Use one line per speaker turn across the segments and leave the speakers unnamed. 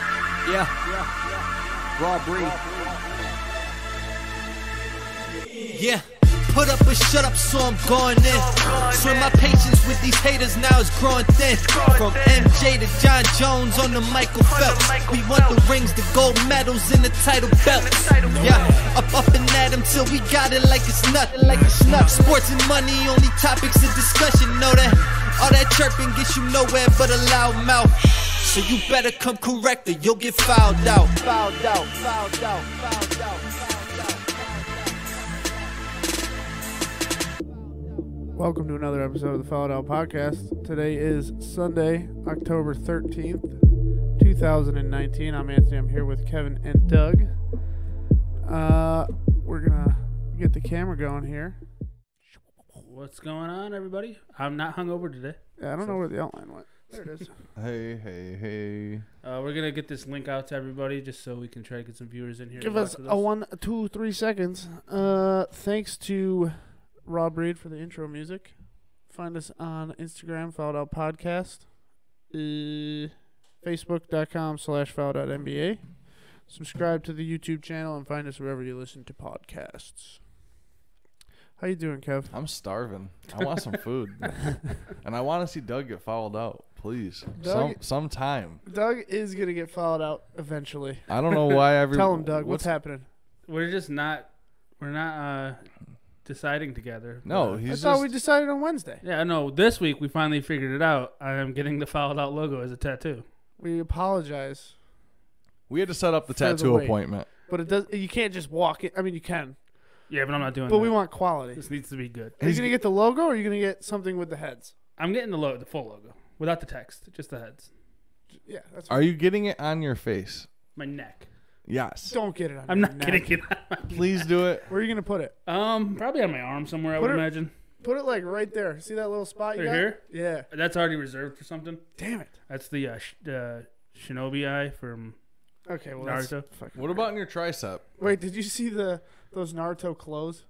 yeah, yeah. Raw breed.
Yeah. Put up or shut up, so I'm going in. Swim my patience with these haters now is growing thin. From MJ to John Jones on the Michael Phelps. We want the rings, the gold medals, and the title belts. Yeah, up, up and at 'em till we got it like it's nothing. Like it's nothing. Sports and money, only topics of discussion. Know that all that chirping gets you nowhere but a loud mouth. So you better come correct or you'll get fouled out. Fouled out, fouled out, fouled out, fouled out.
Welcome to another episode of the Fouled Out Podcast. Today is Sunday, October 13th, 2019. I'm Anthony. I'm here with Kevin and Doug. Uh, we're going to get the camera going here.
What's going on, everybody? I'm not hungover today.
Yeah, I don't know where the outline went. There it is.
Hey, hey, hey.
Uh, we're gonna get this link out to everybody just so we can try to get some viewers in here.
Give
to
us
watch with
a one, two, three seconds. Uh, thanks to Rob Reed for the intro music. Find us on Instagram, Fouled Out Podcast, uh, Facebook.com slash Fouled Out NBA. Subscribe to the YouTube channel and find us wherever you listen to podcasts. How you doing, Kev?
I'm starving. I want some food. and I want to see Doug get fouled out, please. Some
Doug-
sometime.
Doug is gonna get fouled out eventually.
I don't know why every
Tell him, Doug, what's
what's-
happening?
We're just not. We're not uh, deciding together.
No,
Uh,
he's
I
just
thought we decided on Wednesday.
yeah, I know. This week we finally figured it out. I am getting the fouled out logo as a tattoo.
We apologize.
we had to set up the
Further
tattoo
away.
appointment.
But it does you can't just walk it I mean you can.
Yeah, but I'm not doing.
But we
that.
want quality.
This needs to be good.
Are you gonna get the logo, or are you gonna get something with the heads?
I'm getting the logo, the full logo, without the text, just the heads,
Yeah, that's.
Are you getting it on your face?
my neck.
Yes.
Don't get it on.
I'm
your
not
neck.
getting it.
Please do it.
Where are you gonna put it?
um, probably on my arm somewhere. I
Put
would
it-
imagine.
Put it like right there. See that little spot you
Right
got?
here?
Yeah.
That's already reserved for something.
Damn it.
That's the uh, sh- uh, Shinobi Eye from
Okay. Well, that's
Naruto.
fucking.
What about in your tricep?
Wait, did you see the those Naruto clothes?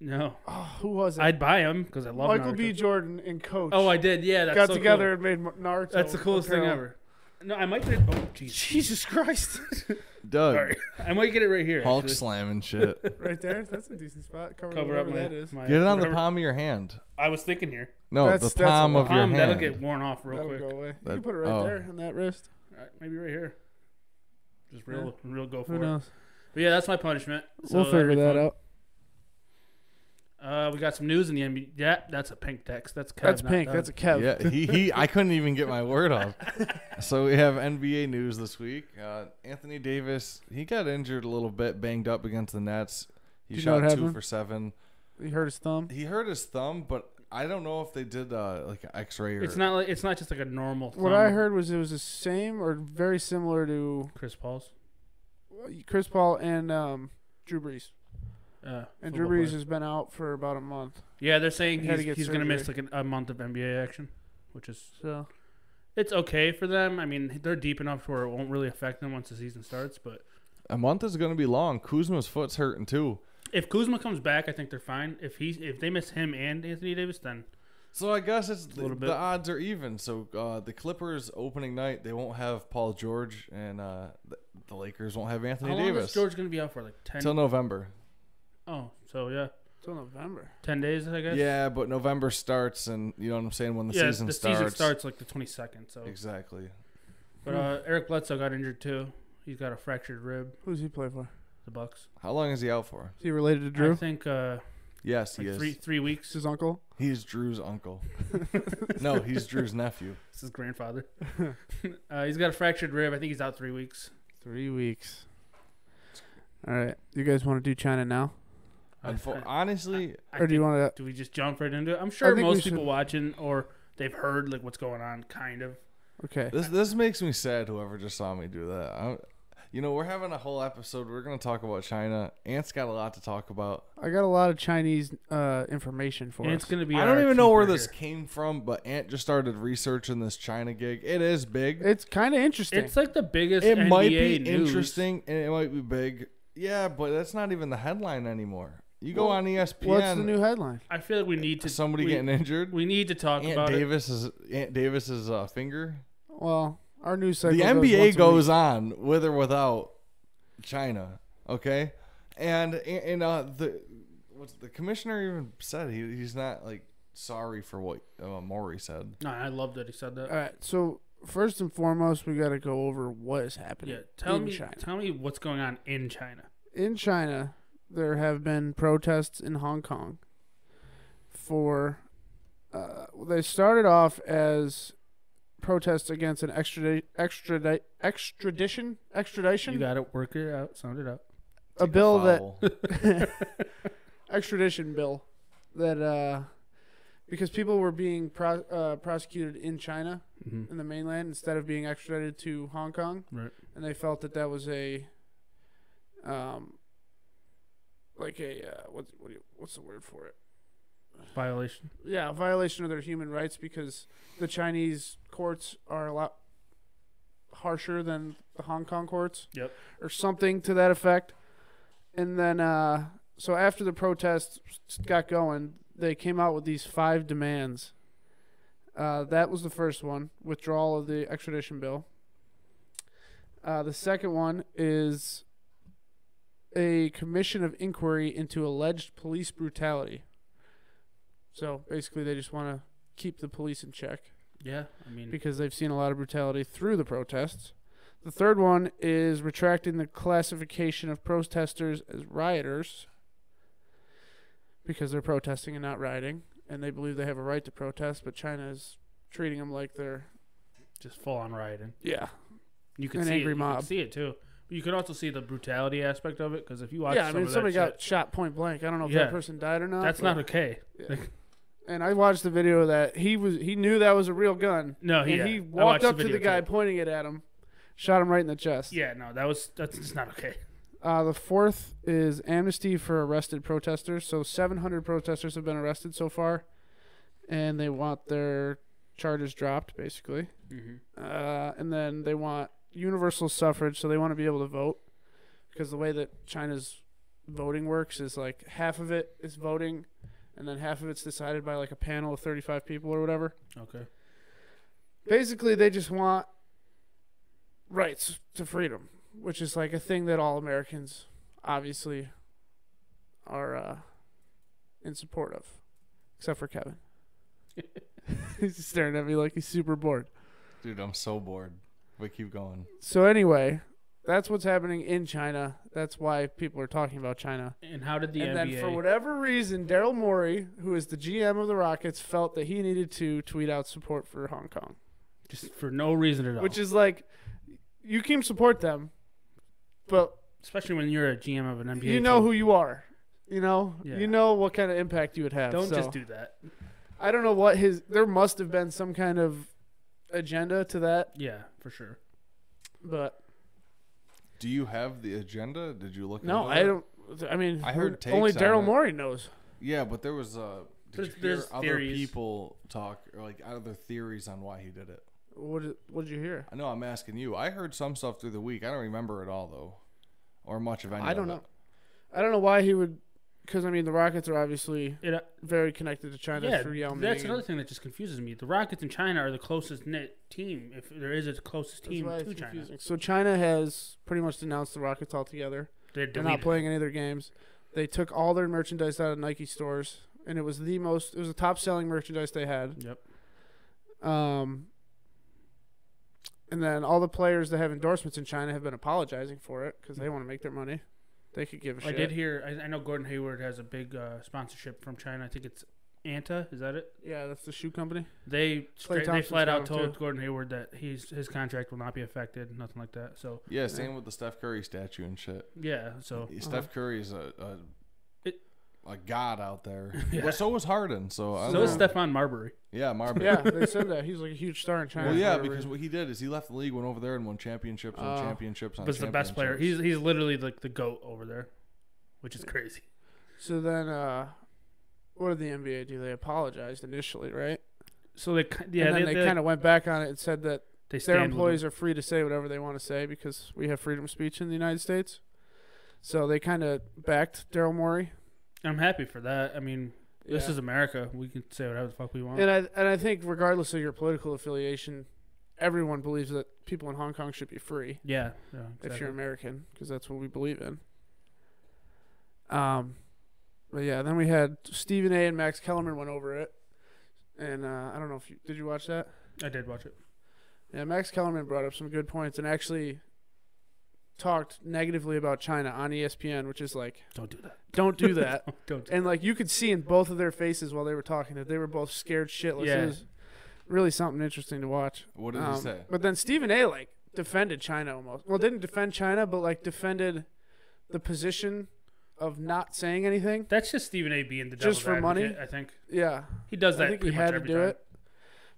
No,
Oh, who was it?
I'd buy them because I love
Michael
Naruto.
B. Jordan and Coach.
Oh, I did. Yeah, that's
got
so
together
cool.
and made Ma- Naruto.
That's the coolest thing
apparel.
ever. No, I might get it. Oh, jeez.
Jesus Christ!
Doug,
Sorry, I might get it right here.
Hulk
actually.
slam and shit.
right there. That's a decent spot. Cover,
Cover up my,
that is.
my-
Get it on the
whatever.
palm of your hand.
I was thinking here.
No,
That's-
the
that's a
palm of
lot.
your
Palm,
hand.
that'll get worn off real
That'll
quick.
go away. you
That-
can put it right
oh.
there on that wrist.
All right, maybe right here. Just real, real go for
Who
it.
knows?
But yeah, that's my punishment. So
we'll
that'll
figure
be
that
fun.
out.
Uh, we got some news in the NBA. Yeah, that's a pink text. That's Kev,
That's
not
pink.
Doug.
That's a Kev.
Yeah, he, he I couldn't even get my word off. So we have NBA news this week. Uh, Anthony Davis, he got injured a little bit, banged up against the Nets. He
Do you know
shot
what
two
happened?
for seven.
He hurt his thumb.
He hurt his thumb, but I don't know if they did uh, like an X-ray or
It's not like it's not just like a normal.
What
thumb.
I heard was it was the same or very similar to
Chris Paul's.
Chris Paul and um, Drew Brees.
Uh,
And Drew
football
Brees
player.
has been out for about a month.
Yeah, they're saying
He had to
he's,
get
he's going to miss
surgery.
like an, a month of NBA action, which is
So
it's okay for them. I mean, they're deep enough to where it won't really affect them once the season starts. But
a month is going to be long. Kuzma's foot's hurting too.
if Kuzma comes back, I think they're fine. If he if they miss him and Anthony Davis, then
So I guess it's
little bit.
the odds are even. So uh, the Clippers opening night, they won't have Paul George, and uh, the, the Lakers won't have Anthony
how long is
Davis
George going to be out for? Like ten.
until November.
oh, so yeah,
till November.
ten days, I guess.
Yeah, but November starts, and you know what I'm saying when the
yeah.
season
the
starts.
season starts like the twenty second. So,
Exactly.
but uh, Eric Bledsoe got injured too. He's got a fractured rib.
Who does he play for?
The Bucks.
How long is he out for?
Is he related to
I
Drew?
think uh,
Yes, he
like
is.
three three
It's
weeks.
his uncle.
He's Drew's uncle. no, he's Drew's nephew.
It's his grandfather. uh, he's got a fractured rib. I think he's out three weeks.
Three weeks. All right. You guys want to do China now,
Unfo- honestly,
I
or do you
think-
want
Do we just jump right into it? I'm sure
think we
most
should-
people watching or they've heard like what's going on, kind of.
to? Okay.
this this makes me sad. Whoever just saw me do that. I, don't- you know, we're having a whole episode. We're gonna talk about China. Ant's got a lot to talk about.
I got a lot of Chinese uh, information for
And it's
us.
gonna be.
I don't
our
even know where
keeper
this
here.
came from, but Ant just started researching this China gig. It is big.
It's kind of interesting.
It's like the biggest.
it
NBA
might be
news.
interesting and it might be big. Yeah, but that's not even the headline anymore. You go
Well,
on E ESPN.
What's the new headline?
I feel like we need to
somebody
we,
getting injured.
We need to talk
Aunt
about it.
Davis is Aunt Davis's uh, finger.
Well, Our news cycle.
The
goes
NBA
once a week.
goes on with or without China, okay? And and uh, the what's the commissioner even said he, he's not like sorry for what uh, Maury said.
No, I love that he said that.
Uh,
All right. So first and foremost, we got to go over what is happening
yeah, tell
in
me,
China.
tell me what's going on in China.
in China, there have been protests in Hong Kong for. Uh, they started off as protests against an extradi- extradi- extradition
You
extradition
got it. Work it out. Sound it out.
a bill that
Foul.
extradition bill that uh, because people were being pro- uh, prosecuted in China in the mainland instead of being extradited to Hong Kong,
Right.
and they felt that that was a um like a uh, what, what do you, what's the word for it?
Violation.
Yeah, a violation of their human rights because the Chinese courts are a lot harsher than the Hong Kong courts
Yep.
or something to that effect. And then, uh, so after the protests got going, they came out with these five demands. Uh, that was the first one withdrawal of the extradition bill. Uh, the second one is a commission of inquiry into alleged police brutality. So basically, they just want to keep the police in check
Yeah. I mean,
because they've seen a lot of brutality through the protests. The third one is retracting the classification of protesters as rioters because they're protesting and not rioting, and they believe they have a right to protest, but China is treating them like they're
just full on rioting.
yeah
You can
An
see
angry
it. You
mob.
can see it too. But you can also see the brutality aspect of it because if you watch,
yeah. I
some
mean,
of
somebody
that shit,
got shot point blank. I don't know if
Yeah.
that person died or not.
that's
but-
not okay.
And I watched the video of that he was he knew that was a real gun.
No, he-
and
yeah. I
he walked
watched
up
the
to the
video,
guy
too.
pointing it at him, shot him right in the chest.
Yeah, no, that was that's just not okay.
Uh, the fourth is amnesty for arrested protesters. So 700 protesters have been arrested so far, and they want their charges dropped, basically. Uh, and then they want universal suffrage, so they want to be able to vote. Because the way that China's voting works is like half of it is voting, and then half of it's decided by like a panel of 35 people or whatever.
Okay.
Basically, they just want rights to freedom, which is like a thing that all Americans obviously are uh, in support of, except for Kevin. he's just staring at me like he's super bored.
Dude, I'm so bored. But keep going.
So anyway, that's what's happening in China. That's why people are talking about China.
And how did the
and
NBA?
then for whatever reason, Daryl Morey, who is the GM of the Rockets, felt that he needed to tweet out support for Hong Kong.
just for no reason at all.
which is like you can support them, but
especially when you're a GM of an NBA.
you know
team.
who you are. You know,
Yeah.
you know what kind of impact you would have.
Don't
so
just do that.
I don't know what his. There must have been some kind of agenda to that,
Yeah, for sure.
but
Do you have the agenda? Did you look into
no, I
it?
don't. I mean,
I
who-
heard takes
only
on
Daryl
it.
Morey knows.
Yeah, but there was uh did
There's-
you hear
there's
other
theories.
people talk or like other theories on why he did it?
What did, what did you hear?
I know I'm asking you. I heard some stuff through the week. I don't remember it all though. Or much of any
I
of
don't
it.
know. I don't know why he would. Because I mean, the Rockets are obviously
It, uh,
very connected to China
yeah,
through Yao Ming.
that's another thing that just confuses me. The Rockets and China are the closest knit team, if there is a closest
That's
team
why
to
it's
China.
confusing. So China has pretty much denounced the Rockets altogether.
They're,
They're
deleted.
not playing any of their games. They took all their merchandise out of Nike stores, and it was the most. It was the top selling merchandise they had.
Yep.
Um, and then all the players that have endorsements in China have been apologizing for it because they want to make their money. They could give a
I
shit.
did hear. I, I know Gordon Hayward has a big uh, sponsorship from China. I think it's Anta. Is that it?
Yeah, that's the shoe company.
They straight, they
Thompson's
flat out
got 'em,
told
too.
Gordon Hayward that he's his contract will not be affected. Nothing like that. So
Yeah, same with the Steph Curry statue and shit.
yeah. So
uh-huh.
Steph Curry is a a,
Oh, It-
a god out there. But so was Harden. So I
so
don't
is
know.
Stefan Marbury.
Yeah, Marvin.
Yeah, they said that he's like a huge star in China.
Well,
for
yeah,
whatever
because
reason.
what he did is he left the league, went over there, and won championships on
Oh.
championships on.
was the best player. He's
championships.
he's literally like the goat over there, which is crazy.
so then, uh, what did the NBA do? They apologized initially, right?
So they ki- yeah
and then they,
they
kind of went back on it and said that
they
their
stand with
employees are free to say whatever they want to say because we have freedom of speech in the United States. So they kind of backed Daryl Morey,
him. I'm happy for that. I mean, this
Yeah.
is America. We can say whatever the fuck we want.
and I and I think regardless of your political affiliation, everyone believes that people in Hong Kong should be free
Yeah. yeah exactly.
if you're American because that's what we believe in. Um, but yeah, then we had Stephen A. and Max Kellerman went over it, and uh, I don't know if you did you watch that.
I did watch it.
Yeah, Max Kellerman brought up some good points and actually talked negatively about China on E ESPN, which is like,
Don't do that.
don't do that.
Don't. Do
and like you could see in both of their faces while they were talking that they were both scared shitless.
Yeah.
It was really something interesting to watch.
What did
Um,
he say?
But then Stephen A. like defended China almost. Well, didn't defend China, but like defended the position of not saying anything.
That's just Stephen A. being the devil's
Just for
advocate,
money?
I think
Yeah,
he does that
I think he
pretty much
had to
every
do
time.
it.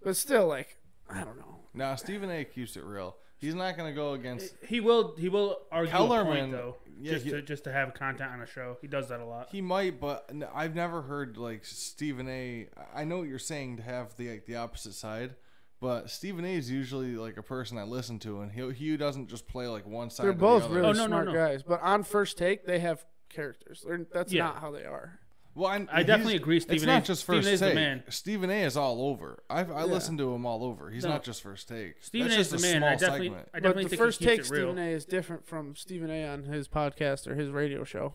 But still, like I don't know.
Now Stephen A. keeps it real. He's not gonna go against.
He will. He will argue a
Kellerman-
point though,
yeah,
just
he-
to just to have content on a show. He does that a lot.
He might, but n- I've never heard like Stephen A. I know what you're saying to have the like, the opposite side, but Stephen A. is usually like a person I listen to, and he he doesn't just play like one side.
They're
or the
both
other.
really
Oh, no, no,
smart
no.
guys, but on first take they have characters. They're, that's
Yeah.
not how they are.
Well, I'm,
I definitely
he's-
agree
it's
Stephen
not
A-
just
Stephen
first
A's the
take.
man.
Stephen A. is all over. I've, I
Yeah.
listen to him all over. He's
No.
not just first take.
Stephen
That's
A. is the
just
man.
Small
I definitely,
segment.
I
But
definitely
the
think
first
he
take
keeps it real.
Stephen A. is different from Stephen A. on his podcast or his radio show.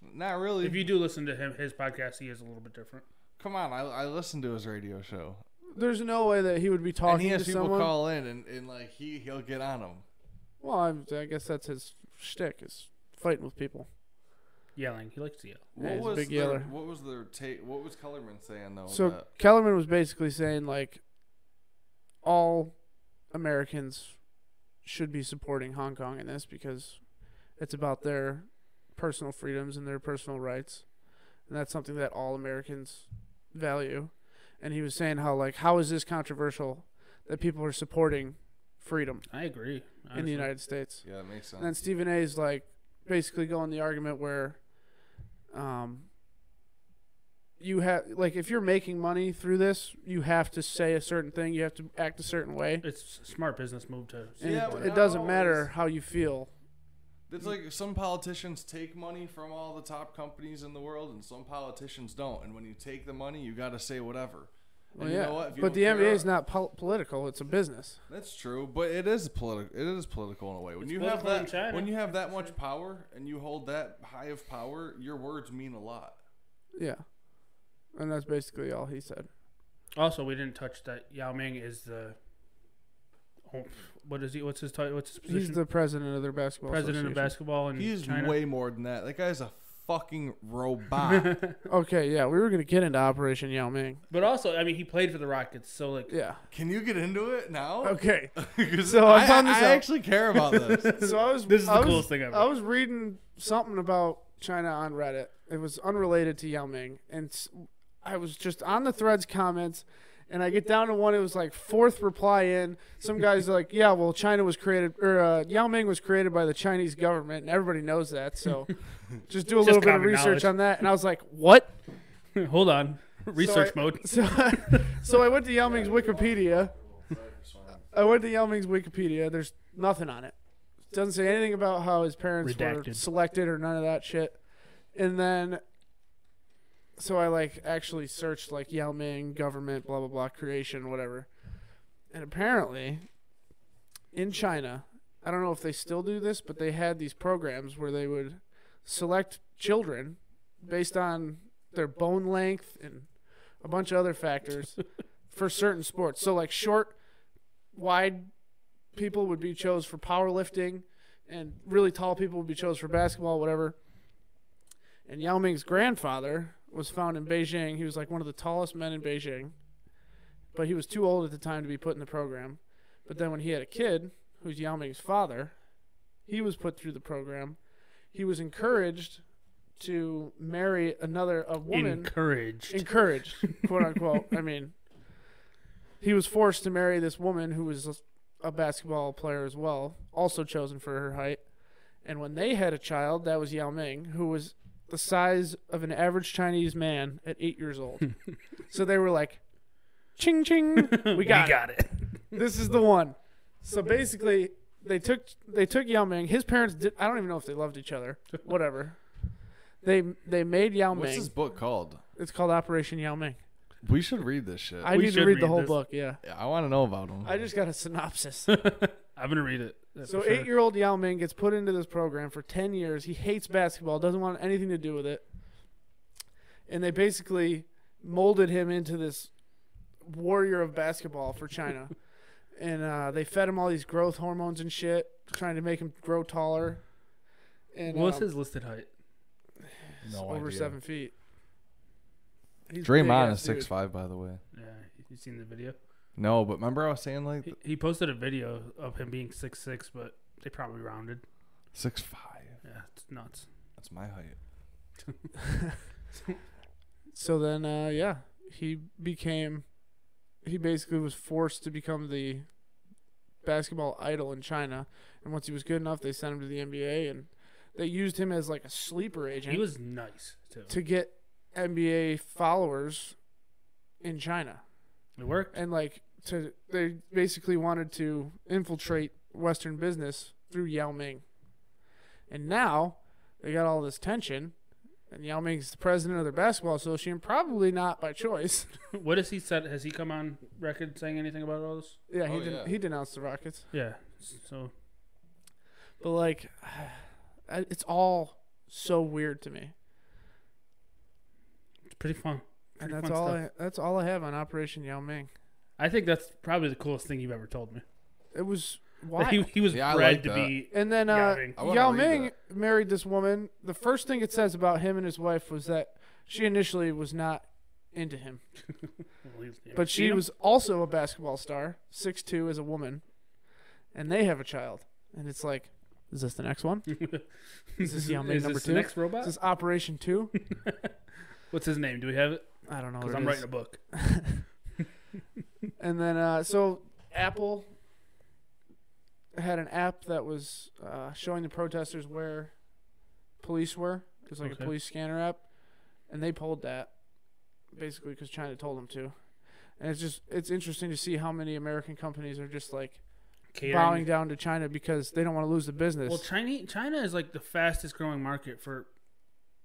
Not really.
If you do listen to him, his podcast, he is a little bit different.
Come on, I, I listen to his radio show,
There's no way that he would be
and he
talking
has
to
people
someone.
call in, and, and like he he'll get on them.
well, I, I guess that's his shtick is fighting with people.
Yelling, he likes to yell.
Yeah,
What
he's a
was
big
their,
yeller.
what was their take? What was Kellerman saying though?
So
that-
Kellerman was basically saying like all Americans should be supporting Hong Kong in this because it's about their personal freedoms and their personal rights. And that's something that all Americans value. And he was saying how like how is this controversial that people are supporting freedom
I agree.
in the
honestly.
United States?
yeah, it makes sense.
And then Stephen A. is like basically going the argument where, um, you have like if you're making money through this, you have to say a certain thing, you have to act a certain way,
It's a smart business move to.
and
Yeah,
it-
but
it
not
doesn't
always.
matter how you feel.
It's like some politicians take money from all the top companies in the world, and some politicians don't. And when you take the money, you got to say whatever. And
Well,
you
yeah,
know what? If you
but
don't
the
care-
NBA is not pol- political; it's a business.
That's true, but it is political. It is political in a way. When
It's
you have
political in
that,
China,
when you have that much power, and you hold that high of power, your words mean a lot.
Yeah, and that's basically all he said.
Also, we didn't touch that Yao Ming is the. Oh, what is he? What's his title? What's his position?
He's the president of their basketball.
president of
association.
basketball in
He's
China.
way more than that. That guy's a fucking robot.
Okay, yeah, we were gonna get into Operation Yao Ming.
but also, I mean, he played for the Rockets, so like,
Yeah.
Can you get into it now?
Okay.
'Cause
So I found this
I
out.
actually care about this.
So I was.
This is the
I was-
coolest thing ever.
I was reading something about China on Reddit. It was unrelated to Yao Ming, and s- I was just on the threads comments, and I get down to one. It was like fourth reply in. Some guys are like, "Yeah, well, China was created, or uh, Yao Ming was created by the Chinese government, and everybody knows that." So just do a
Just
little bit of
common
research
knowledge.
on that. And I was like, "What?"
hold on, research
I-
mode.
So, I- so I went to Yao Ming's Wikipedia. I went to Yao Ming's Wikipedia. There's nothing on it. Doesn't say anything about how his parents were
Redacted.
selected or none of that shit. And then, so I like actually searched like Yao Ming government, blah blah blah, creation, whatever. And apparently, in China, I don't know if they still do this, but they had these programs where they would select children based on their bone length and a bunch of other factors for certain sports. So like short, wide people would be chose for powerlifting, and really tall people would be chose for basketball, whatever. And Yao Ming's grandfather was found in Beijing. He was like one of the tallest men in Beijing, but he was too old at the time to be put in the program. But then when he had a kid, who's Yao Ming's father, he was put through the program. He was encouraged to marry another a woman
Encouraged.
encouraged, quote unquote. I mean, he was forced to marry this woman who was a basketball player as well, also chosen for her height. And when they had a child, that was Yao Ming, who was the size of an average Chinese man at eight years old. so they were like, ching ching, we got, it.
it.
This is the one. So basically, they took they took Yao Ming. His parents did. I don't even know if they loved each other. Whatever. They they made Yao
What's
Ming.
this book called?
It's called Operation Yao Ming.
We should read this shit.
I
We
need to
should
read the
read
whole
this.
book. Yeah,
Yeah, I want to know about him.
I just got a synopsis.
I'm gonna read it. that's
So
for sure.
eight-year-old Yao Ming gets put into this program for ten years. He hates basketball, doesn't want anything to do with it, and they basically molded him into this warrior of basketball for China. and uh, they fed him all these growth hormones and shit, trying to make him grow taller. And
What's
um,
his listed height?
no
over
idea.
seven feet. He's a
Draymond
big-ass
is six
dude.
five, by the way.
Yeah, you seen the video?
No, but remember I was saying like
He, he posted a video of him being six six, but they probably rounded.
six five.
Yeah, it's nuts.
That's my height.
So then, uh, yeah, he became. He basically was forced to become the basketball idol in China, and once he was good enough, they sent him to the NBA, and they used him as like a sleeper agent
He was nice too.
to get NBA followers in China,
It worked.
and like to they basically wanted to infiltrate Western business through Yao Ming, and now they got all this tension. And Yao Ming's the president of their basketball association, probably not by choice.
What has he said? Has he come on record saying anything about all this?
Yeah, he
Oh,
den-
yeah.
he denounced the Rockets,
Yeah. So
but like, I- it's all so weird to me,
it's pretty fun.
and
Pretty
that's
fun
all.
stuff.
I, that's all I have on Operation Yao Ming.
I think that's probably the coolest thing you've ever told me.
It was
That he,
wild.
he was
Yeah, I
bred
like
to be.
and then
Yao
uh,
Ming.
I wanna
Yao
read
Ming
that.
married this woman. The first thing it says about him and his wife was that she initially was not into him, but she was also a basketball star, six two as a woman, and they have a child. And it's like, is this the next one?
Is
this Yao Ming
is
number
this
two?
The next
Is
robot.
this Operation Two?
What's his name? Do we have it?
I don't know. what Oh,
Because
it
I'm
is.
writing a book.
And then uh, so Apple had an app that was uh, showing the protesters where police were. It was like
Okay.
a police scanner app, and they pulled that basically because China told them to. And it's just it's interesting to see how many American companies are just like bowing
Catering.
down to China because they don't want to lose the business.
Well, China, China is like the fastest growing market for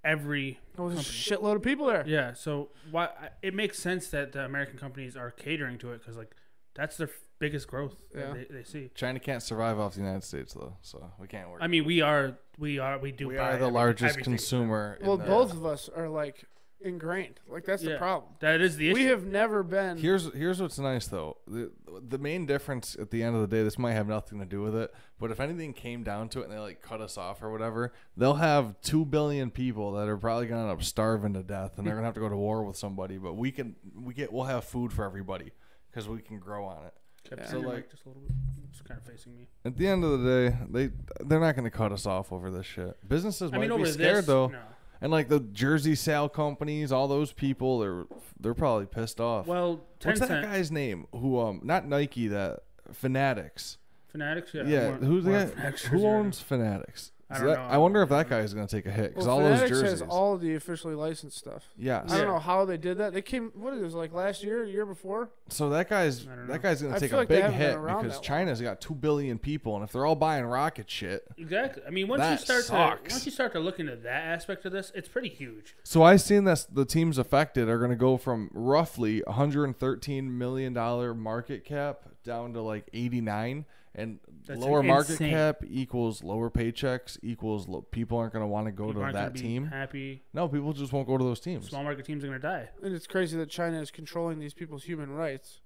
every.
there was a shitload of people there.
Yeah, so why I- it makes sense that the American companies are catering to it because like that's their f- biggest growth
Yeah.
that they, they see.
China can't survive off the United States though, so we can't work.
I mean, we are we are we do
we
buy
are the
every-
largest
everything.
consumer. in
Well,
the-
both of us are like ingrained. Like that's the
Yeah.
problem.
That is the issue.
We have never been.
Here's here's what's nice though. The, the main difference at the end of the day, this might have nothing to do with it, but if anything came down to it and they like cut us off or whatever, they'll have two billion people that are probably gonna end up starving to death and they're gonna have to go to war with somebody. But we can we get we'll have food for everybody because we can grow on it.
Kept
So,
so like
like-
just a little bit. It's kind of facing me.
At the end of the day, they they're not gonna cut us off over this shit. Businesses
I mean,
might
over
be scared
this,
though,
No.
and like the jersey sale companies, all those people, they're they're probably pissed off.
Well,
What's that
Tencent,
guy's name? Who um not Nike that Fanatics.
Fanatics. Yeah.
Yeah,
more-
who's the
more
guy?
Fanatics
Who
jerseys right
owns Fanatics?
I
Is
don't
that-
know.
I wonder if that guy is going to take a hit because
Well,
all
Fanatics
those jerseys.
has all the officially licensed stuff.
yes.
I don't
Yeah.
know how they did that. They came. What it was like last year, year before.
So that guy's
I don't know.
that guy's going
I
to take
feel
a
like they
big
haven't been
hit
around that
because
long.
China's got two billion people, and if they're all buying rocket shit,
now. Exactly. I mean, once you
That
start to
sucks.
once you start to look into that aspect of this, it's pretty huge.
so I seen this the teams affected are going to go from roughly 113 million dollar market cap down to like 89, and
That's
lower market
insane.
cap equals lower paychecks equals lo- people aren't going to want to go
People
to
aren't gonna
that
be
team.
happy.
No, people just won't go to those teams.
Small market teams are gonna die.
And it's crazy that China is controlling these people's human rights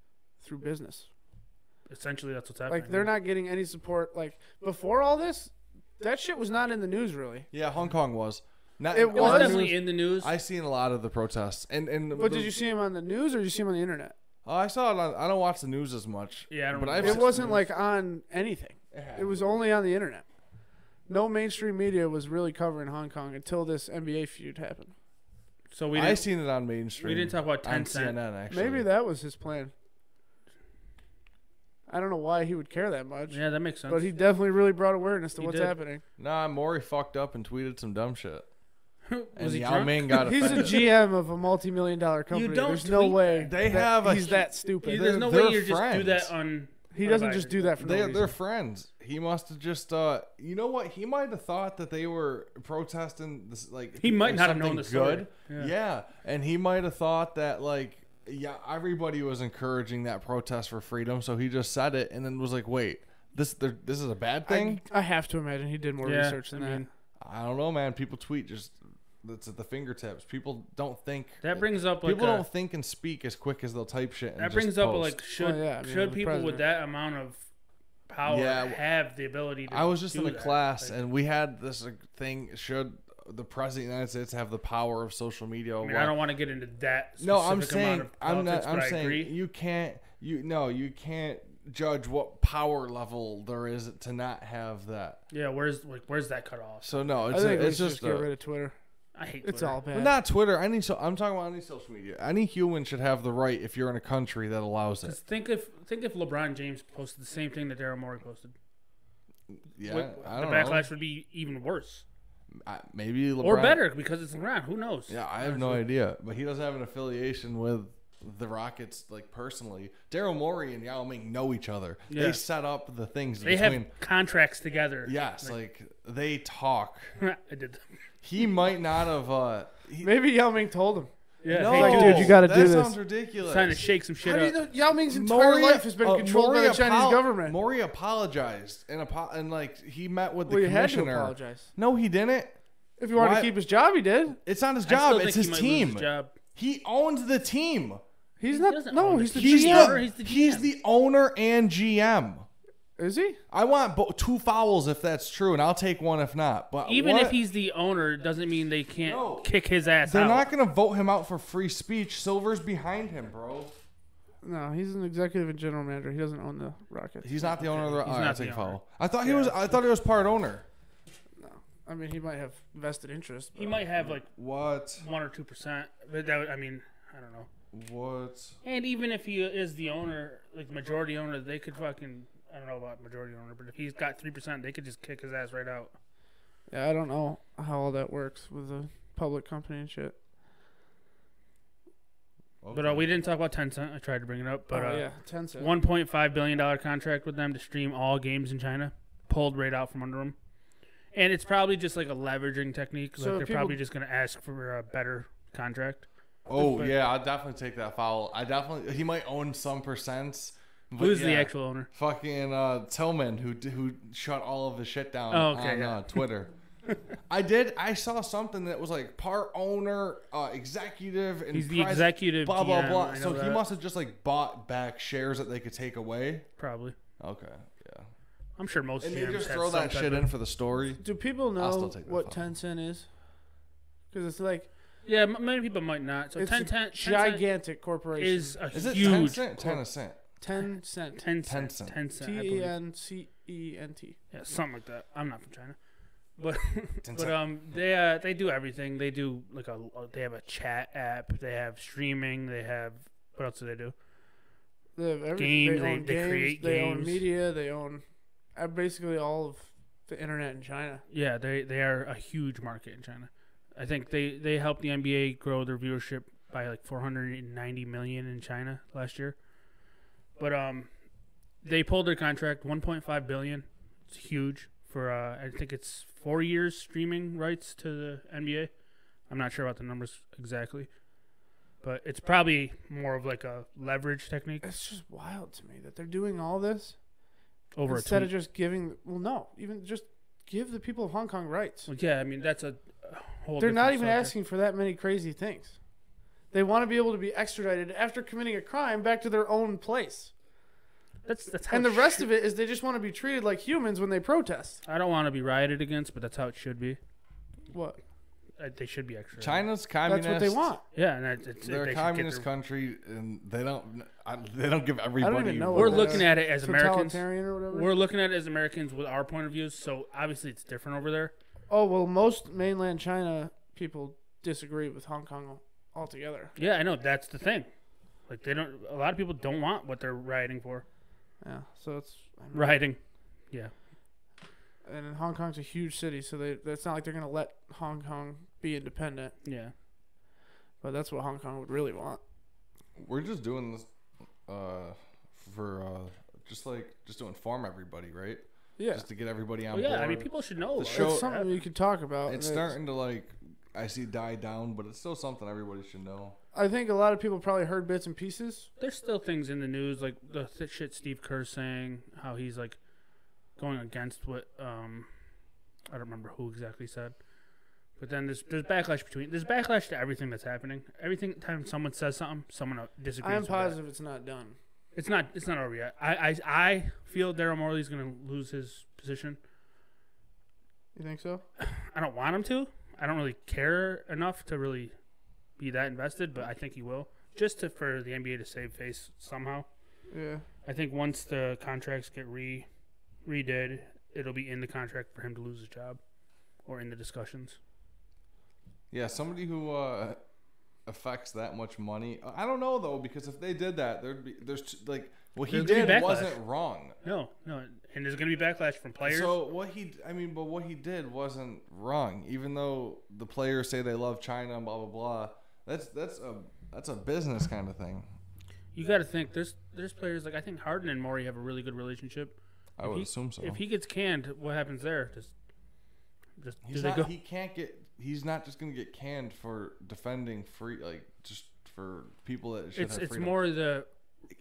through business.
Essentially, that's what's happening.
Like they're not getting any support. Like before all this, that shit was not in the news really.
Yeah, Hong Kong was. Not,
It
It was
was-
definitely in the news.
I seen a lot of the protests, and and.
But
the-
did you see him on the news or did you see him on the internet?
Oh, I saw it. On, I don't watch the news as much.
Yeah, I don't
But
really
I've
It
watch
se-
wasn't like on anything. It was only on the internet. No mainstream media was really covering Hong Kong until this NBA feud happened.
so we
I
didn't,
seen it on mainstream.
we didn't talk about
on
Tencent.
CNN actually.
Maybe that was his plan. I don't know why he would care that much.
Yeah, that makes sense.
But he definitely really brought awareness to
He
what's
did.
happening.
Nah, Maury fucked up and tweeted some dumb shit.
was
And
he
Yao
drunk?
Ming got
He's a
offended.
GM of a multi-million dollar company.
don't
There's no
tweet
way
They
that
have a
he's
hu-
that
You-
stupid.
They're-
There's no
they're
way you just do
friends.
that on.
He doesn't just do that for
They
no
they're
reason.
friends. He must have just uh, you know what? He might have thought that they were protesting this like
He might
for
not have known
something
the story.
good. Yeah. and he might have thought that like yeah, everybody was encouraging that protest for freedom, so he just said it and then was like, "Wait, this there, this is a bad thing."
I have to imagine he did more
Yeah,
research than
I mean,
I, don't know, man. People tweet just that's at the fingertips. People don't think
That brings up like
people
a,
don't think and speak as quick as they'll type shit. And
that
just
brings up
post.
like should
Well, yeah, I mean,
should
the
people
president.
with that amount of power
Yeah, w-
have the ability to
I was just
do
in a
that?
class
Like,
and we had this like, thing: should the president of the United States have the power of social media?
I mean, I don't want to get into that.
no, I'm
specific
saying
amount of
I'm not.
politics,
I'm
but I
saying
agree.
you can't. You no, you can't judge what power level there is to not have that.
Yeah, where's like where's that cut off?
So no,
I
it's,
think
a,
we
it's
should
just
just get
a-
rid of Twitter.
I hate
It's
Twitter.
all bad.
not Twitter. Any so I'm talking about any social media. Any human should have the right if you're in a country that allows it.
Just think if think if LeBron James posted the same thing that Daryl Morey posted,
Yeah,
What-
I
the
don't know.
backlash would be even worse
I, maybe LeBron,
or better because it's LeBron. Who knows?
Yeah, I have no idea, but he doesn't have an affiliation with the Rockets like personally. Daryl Morey and Yao Ming know each other.
Yeah.
They set up the things
they
between.
have contracts together.
yes, like, they talk.
I did. that.
He might not have. Uh, he,
Maybe Yao Ming told him.
Yeah,
no,
hey,
dude, you gotta
that
do this.
sounds ridiculous.
trying to shake some shit
How do you know
up.
Yao Ming's entire
Maury-
life has been
uh,
controlled by
Maury
the Chinese
apo-
government?
Maury apologized and apo- and like he met with the
well, you had to
commissioner.
apologize.
No, he didn't.
If you wanted
Why-
to keep his job, he did.
It's not his
I still
job.
think
It's
he
his
might lose
team.
job.
He owns the team.
He's
doesn't
not. No,
own
he's
the
the
He's
team.
GM.
the,
owner, he's the
he's
GM.
the owner and GM.
Is he?
I want bo- two fouls if that's true, and I'll take one if not. But
Even
what-
if he's the owner, it doesn't mean they can't
No.
kick his ass
they're
out.
not going to vote him out for free speech. Silver's behind him, bro.
No, he's an executive and general manager. He doesn't own the Rockets.
He's not the owner of the.
He's
all right,
not
I'll take
the
a
owner.
foul. I thought he was. I thought he was part owner.
I mean, he might have vested interest.
he
but-
might have like
What?
one or two percent, but that would- I mean, I don't know.
What?
And even if he is the owner, like majority owner, they could fucking I don't know about majority owner, but if he's got three percent, they could just kick his ass right out.
Yeah, I don't know how all that works with a public company and shit.
But uh, we didn't talk about Tencent. I tried to bring it up, but
oh,
uh,
yeah, Tencent.
one point five billion dollar contract with them to stream all games in China, pulled right out from under them. And it's probably just like a leveraging technique. Like
So
they're
people-
probably just gonna ask for a better contract.
Oh yeah, I'll definitely take that foul. I definitely. He might own some percents. but
Who's the
yeah.
actual owner?
Fucking uh, Tillman, who d- who shut all of his shit down
Oh, okay,
on
yeah.
uh, Twitter. I did. I saw something that was like part owner, uh, executive, and
He's the
pres-
executive
Blah blah
GM,
blah.
I know
So he
that.
must have just like bought back shares that they could take away.
Probably.
Okay, yeah.
I'm sure most.
And
of
they just throw that shit in for the story.
Do people
I'll still
know
take that
what
phone.
Tencent is? Because it's like
Yeah, m- many people might not. So
it's
Ten
a
Tencent
gigantic corporation.
is a
Is it ten
huge
cent? Ten a cent.
Tencent?
Tencent.
Tencent.
Tencent. I
T
believe.
e n c e n t.
Yeah, something like that. I'm not from China, but but um, they uh, they do everything. They do like a they have a chat app. They have streaming. They have what else do they do?
They have everything. they
Games, they-
own
they
games.
create
they own
games.
media. They own uh, basically all of the internet in China.
Yeah, they they are a huge market in China. I think they they helped the NBA grow their viewership by like 490 million in China last year. But um, they pulled their contract 1.5 billion. It's huge for uh, I think it's four years streaming rights to the NBA. I'm not sure about the numbers exactly, but it's probably more of like a leverage technique
It's just wild to me that they're doing all this
over
instead
a
of just giving. Well, no, even just give the people of Hong Kong rights.
tweet. yeah, I mean that's a whole.
They're not
different
even
subject.
asking for that many crazy things. They want to be able to be extradited after committing a crime back to their own place.
That's that's how
And the
it
rest of it is they just want to be treated like humans when they protest.
I don't want to be rioted against, but that's how it should be.
What?
Uh, They should be extra.
China's
That's
communist.
what they want.
Yeah, and it's, it's,
They're a
they should get
communist
their-
country, and they don't. I, they don't give everybody.
even know
We're
what
looking
Yeah.
at it as Americans.
Totalitarian or whatever.
We're looking at it as Americans with our point of views. So obviously, it's different over there.
oh well, most mainland China people disagree with Hong Kong altogether.
Yeah, I know that's the thing. Like they don't. A lot of people don't want what they're rioting for.
Yeah, so it's I mean,
Rioting.
And Hong Kong's a huge city, so they that's not like they're gonna let Hong Kong be independent.
Yeah.
But that's what Hong Kong would really want.
We're just doing this uh, for uh, just like just to inform everybody, right?
Yeah,
Just to get everybody on
Well, yeah.
board.
I mean, people should know.
The
about
show-
it.
it's something you could talk about.
it's
and
starting to like I see die down, but it's still something everybody should know.
I think a lot of people probably heard bits and pieces.
There's still things in the news like the th- shit Steve Kerr's saying, how he's like going against what um I don't remember who exactly said. But then there's there's backlash between there's backlash to everything that's happening. Every thing- time someone says something, someone uh, disagrees.
I am
with that.
positive it's not done.
It's not. It's not over yet. I. I. I feel Daryl Morley's going to lose his position.
You think so?
I don't want him to. I don't really care enough to really be that invested, but I think he will, just to, for the NBA to save face somehow.
Yeah.
I think once the contracts get re redid, it'll be in the contract for him to lose his job, or in the discussions.
Yeah, somebody who uh, affects that much money. I don't know though, because if they did that, there'd be there's t- like what he
There's gonna be
did
backlash.
wasn't wrong.
No, no, and there's going to be backlash from players.
So what he, I mean, but what he did wasn't wrong. Even though the players say they love China, and blah blah blah. That's that's a that's a business kind of thing.
you got to think there's there's players like I think Harden and Maury have a really good relationship.
I
If
would
he-
assume so.
If he gets canned, what happens there? Just, just do
he's
they
not,
go?
he can't get. He's not just gonna get canned for defending free, like just for people that should
it's
have
it's
freedom.
more the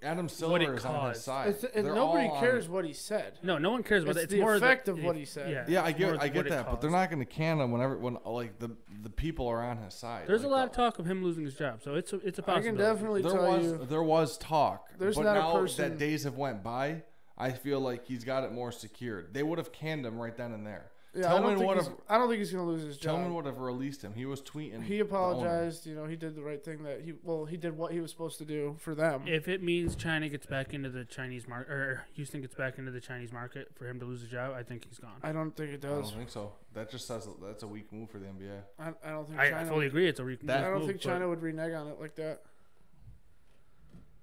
Adam
it
Silver is on his
caused.
side.
It's, it,
They're
nobody
all on-
cares what he said.
no, no one cares about
It's
that. It's
the
more
effect
the,
of what he said.
Yeah, I
it's more
get,
the-
I
what
get
it
that, but they're
caused.
not going to can him whenever when like the the people are on his side.
There's
Like,
a lot of talk of him losing his job, so it's a, it's a
I
possibility.
can definitely
There
tell
was
you.
there was talk.
There's
but
not a
now
person-
that days have went by. I feel like he's got it more secured. They would have canned him right then and there.
Yeah, I, don't
Tillman
think
would
he's-
have
I don't think he's going to lose his job.
Tillman would have released him. He was tweeting.
he
the owner.
apologized. You know, he did the right thing that he well, he did what he was supposed to do for them.
If it means China gets back into the Chinese market, or Houston gets back into the Chinese market for him to lose his job, I think he's gone.
I don't think it
I
does.
don't think so. That just says that's a weak move for the NBA.
I, I don't think
I, I
China.
fully agree. It's a re-
That-
I don't
move,
think
but
China would renege on it like that.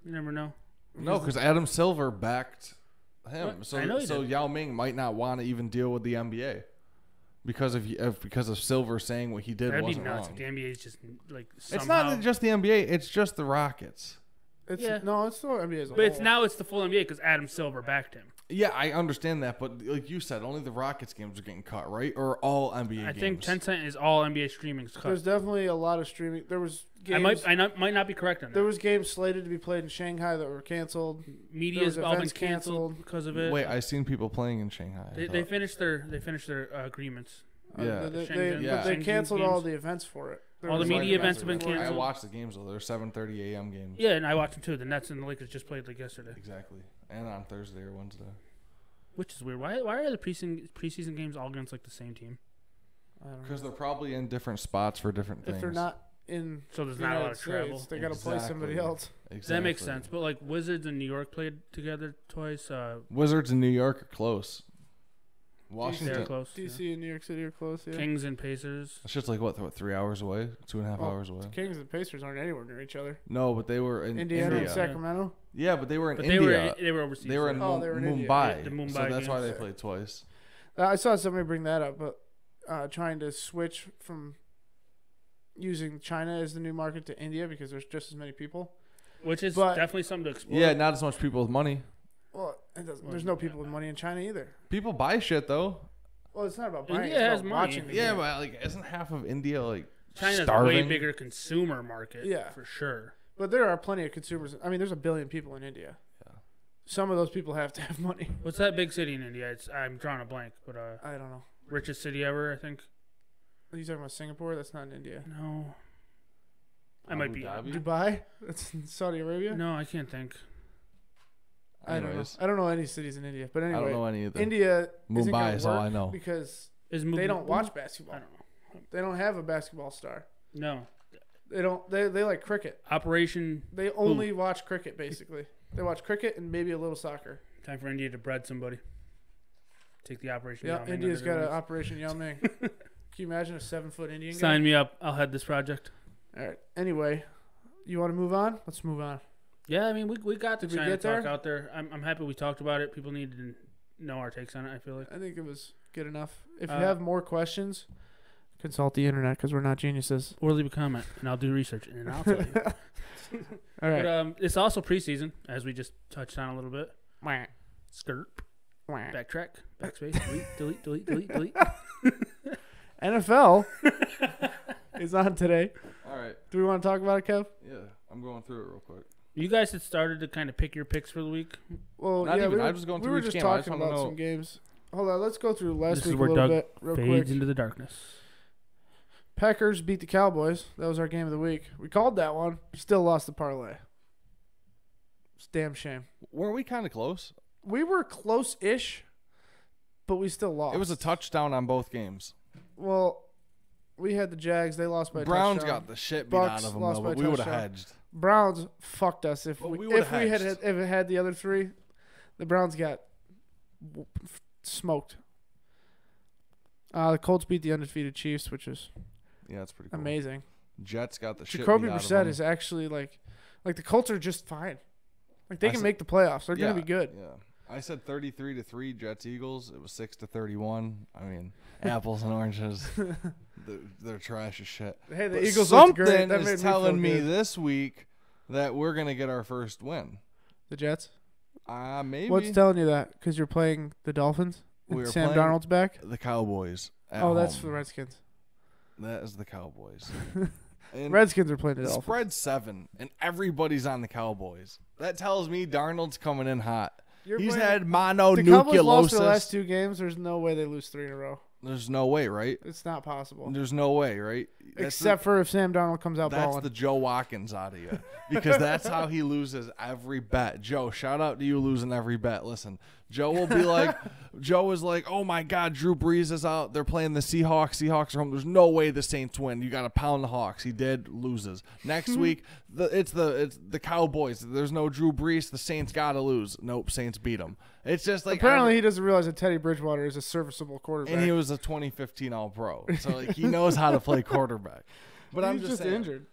You never know.
No, because Adam Silver backed him.
Right.
So
I know he
so
did.
Yao Ming might not want to even deal with the NBA because of, if because of Silver saying what he did
That'd be
wasn't
nuts.
wrong.
If the NBA is just like somehow,
It's not just the NBA. It's just the Rockets.
It's
Yeah.
no, it's still NBA as a
but it's
whole.
now it's the full NBA because Adam Silver backed him.
Yeah, I understand that, but like you said, only the Rockets games are getting cut, right? Or all NBA
I
games.
think Tencent is all NBA streaming's
There's
cut.
definitely a lot of streaming. There was games.
I might I not, might not be correct on that.
there was games slated to be played in Shanghai that were canceled. there
Media's
was
all been
events
canceled,
canceled.
because of it.
Wait, I seen people playing in Shanghai. I
they, they
thought.
finished their they finished their uh, agreements.
Uh,
Yeah.
they, they-
Shenzhen-
Yeah.
But they
Shenzhen
canceled all
games.
the events for it. There
All the
was,
It's like
media
the
events
Mets
have been
are- I
canceled.
watched the games though. They're 7:30 a.m. games.
Yeah, and I watched them too. The Nets and the Lakers just played like yesterday,
exactly. And on Thursday or Wednesday.
which is weird. Why why are the preseason preseason games all against like the same team?
I don't know.
Because they're probably in different spots for different things.
If they're not in
So there's
the
not a
United
lot of travel.
States, they got to play somebody
Exactly.
else.
exactly.
That makes sense. But like Wizards and New York played together twice. Uh,
Wizards in New York are close.
they're
Washington. Uh,
close. yeah.
DC and New York City are close. Yeah.
Kings and Pacers.
That shit's like what, th- what, three hours away, two and a half
Well,
hours away.
Kings and Pacers aren't anywhere near each other.
No, but they were in
Indiana and
Mm. India.
Sacramento.
Yeah, but they were in
But they
India.
were they were overseas.
They were in,
Oh,
Mum-
they were in India.
Mumbai,
Yeah, the Mumbai
so that's why
games.
they played twice.
Uh, I saw somebody bring that up, but uh, trying to switch from using China as the new market to India because there's just as many people.
which is
but-
definitely something to explore.
yeah, not as much people with money.
Well, it doesn't, there's no people with money in China either.
People buy shit though.
Well, it's not about buying.
India
it's
has
about
money.
watching. the
Yeah,
game.
but like, isn't half of India like
China's
starving?
way bigger consumer market.
Yeah.
for sure.
but there are plenty of consumers. I mean, there's a billion people in India. Some of those people have to have money.
What's that big city in India? It's, I'm drawing a blank, but uh,
I don't know.
richest city ever, I think.
Are you talking about Singapore? That's not in India.
No, I might be.
Abu Dhabi?
Dubai? That's in Saudi Arabia.
No, I can't think.
I don't know.
Anyways,
I don't know any cities in India. But anyway,
I don't know any of them.
India
Mumbai
isn't gonna
is all I
work
know.
because
Is Mumbai,
they don't watch
I
basketball.
don't know.
They don't have a basketball star.
No,
They don't. They, they like cricket.
Operation.
They only watch cricket basically. They watch cricket and maybe a little soccer.
Time for India to bread somebody. Take the Operation.
Yeah,
Yao Ming
India's
under
got
their
an
wings.
Operation Yao Ming. Can you imagine a seven foot Indian guy?
Sign me up. I'll head this project.
All right. Anyway, you want to move on? Let's move on.
Yeah, I mean, we, we got the
Did we
China
get
talk
there?
out there. I'm, I'm happy we talked about it. People need to know our takes on it, I feel like.
I think it was good enough. If you
Uh,
have more questions, consult the internet because we're not geniuses.
Or leave a comment, and I'll do research, and then I'll tell you.
All right.
But um, it's also preseason, as we just touched on a little bit. Skirt. Backtrack. Backspace. delete, delete, delete, delete, delete.
NFL is on today.
All right. right.
Do we want to talk about it, Kev?
Yeah, I'm going through it real quick.
You guys had started to kind of pick your picks for the week.
Well,
Not
yeah,
even.
we were,
I'm just going
we
through
were
each
just
game. I just
talking
wanna
about
know-
some games. Hold on, let's go through last
This
week
is
a
where
little
Doug
bit real
Fades
quick.
into the darkness.
Packers beat the Cowboys. That was our game of the week. We called that one. Still lost the parlay. It's a damn shame.
Were we kind of close?
We were close-ish, but we still lost.
It was a touchdown on both games.
well. We had the Jags. They lost by a
Browns
touchdown.
got the shit beat
Bucks
out of them,
lost
though,
by
but we would have
touchdown.
hedged.
Browns fucked us if
But
we,
we would've
if we had
hedged.
if it had the other three, the Browns got w- f- smoked. Uh, the Colts beat the undefeated Chiefs, which is
Yeah, that's pretty cool.
amazing.
Jets got the shit
Jacoby
beat out of
Brissett
them.
is actually like, like the Colts are just fine. Like they
I
can
said-
make the playoffs. They're
Yeah,
gonna be good.
Yeah. I said 33 to 3 Jets Eagles. It was 6 to 31. I mean, apples and oranges. they're, they're trash as shit.
Hey, the
But
Eagles looked
something
great. That made me
is
feel
telling me
good.
this week that we're going to get our first win.
the Jets.
Uh, maybe
What's telling you that? Because you're playing the Dolphins. and
We were
Sam
playing-
Donald's back.
the Cowboys. at
Oh, that's
home.
for the Redskins.
That is the Cowboys. and
Redskins are playing the
the
Dolphins.
spread 7 and everybody's on the Cowboys. That tells me Darnold's coming in hot.
You're
He's
playing-
had
the Cowboys lost their
mononucleosis.
last two games. There's no way they lose three in a row.
There's no way, right?
It's not possible.
There's no way, right? That's the-
Except for if Sam Donald comes out
That's
balling.
the Joe Watkins out of you because that's how he loses every bet. Joe, shout out to you losing every bet. Listen, Joe will be like, Joe is like, oh my God, Drew Brees is out. They're playing the Seahawks. Seahawks are home. There's no way the Saints win. You got to pound the Hawks. He did loses next week. The, it's the it's the Cowboys. There's no Drew Brees. The Saints got to lose. Nope, Saints beat them. It's just like
Apparently,
every-
he doesn't realize that Teddy Bridgewater is a serviceable quarterback.
and he was a 2015 All Pro, so like he knows how to play quarterback. But I'm
He's
just,
just
saying,
injured.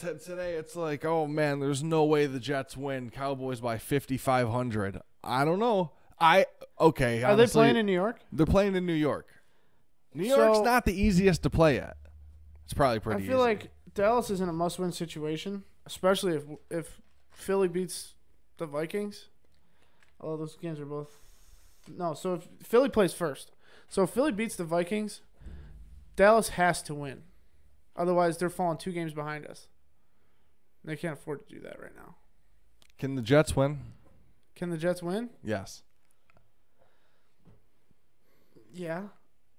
T- today it's like, oh man, there's no way the Jets win. Cowboys by 5,500. I don't know. I okay.
Are they playing in New York?
They're playing in New York. New
So-
York's not the easiest to play at. It's probably
I
pretty.
feel
easy.
like Dallas is in a must-win situation, especially if if Philly beats the Vikings. Although those games are both no. So if Philly plays first, so if Philly beats the Vikings, Dallas has to win. Otherwise, they're falling two games behind us. And They can't afford to do that right now.
can the Jets win?
Can the Jets win?
Yes.
Yeah.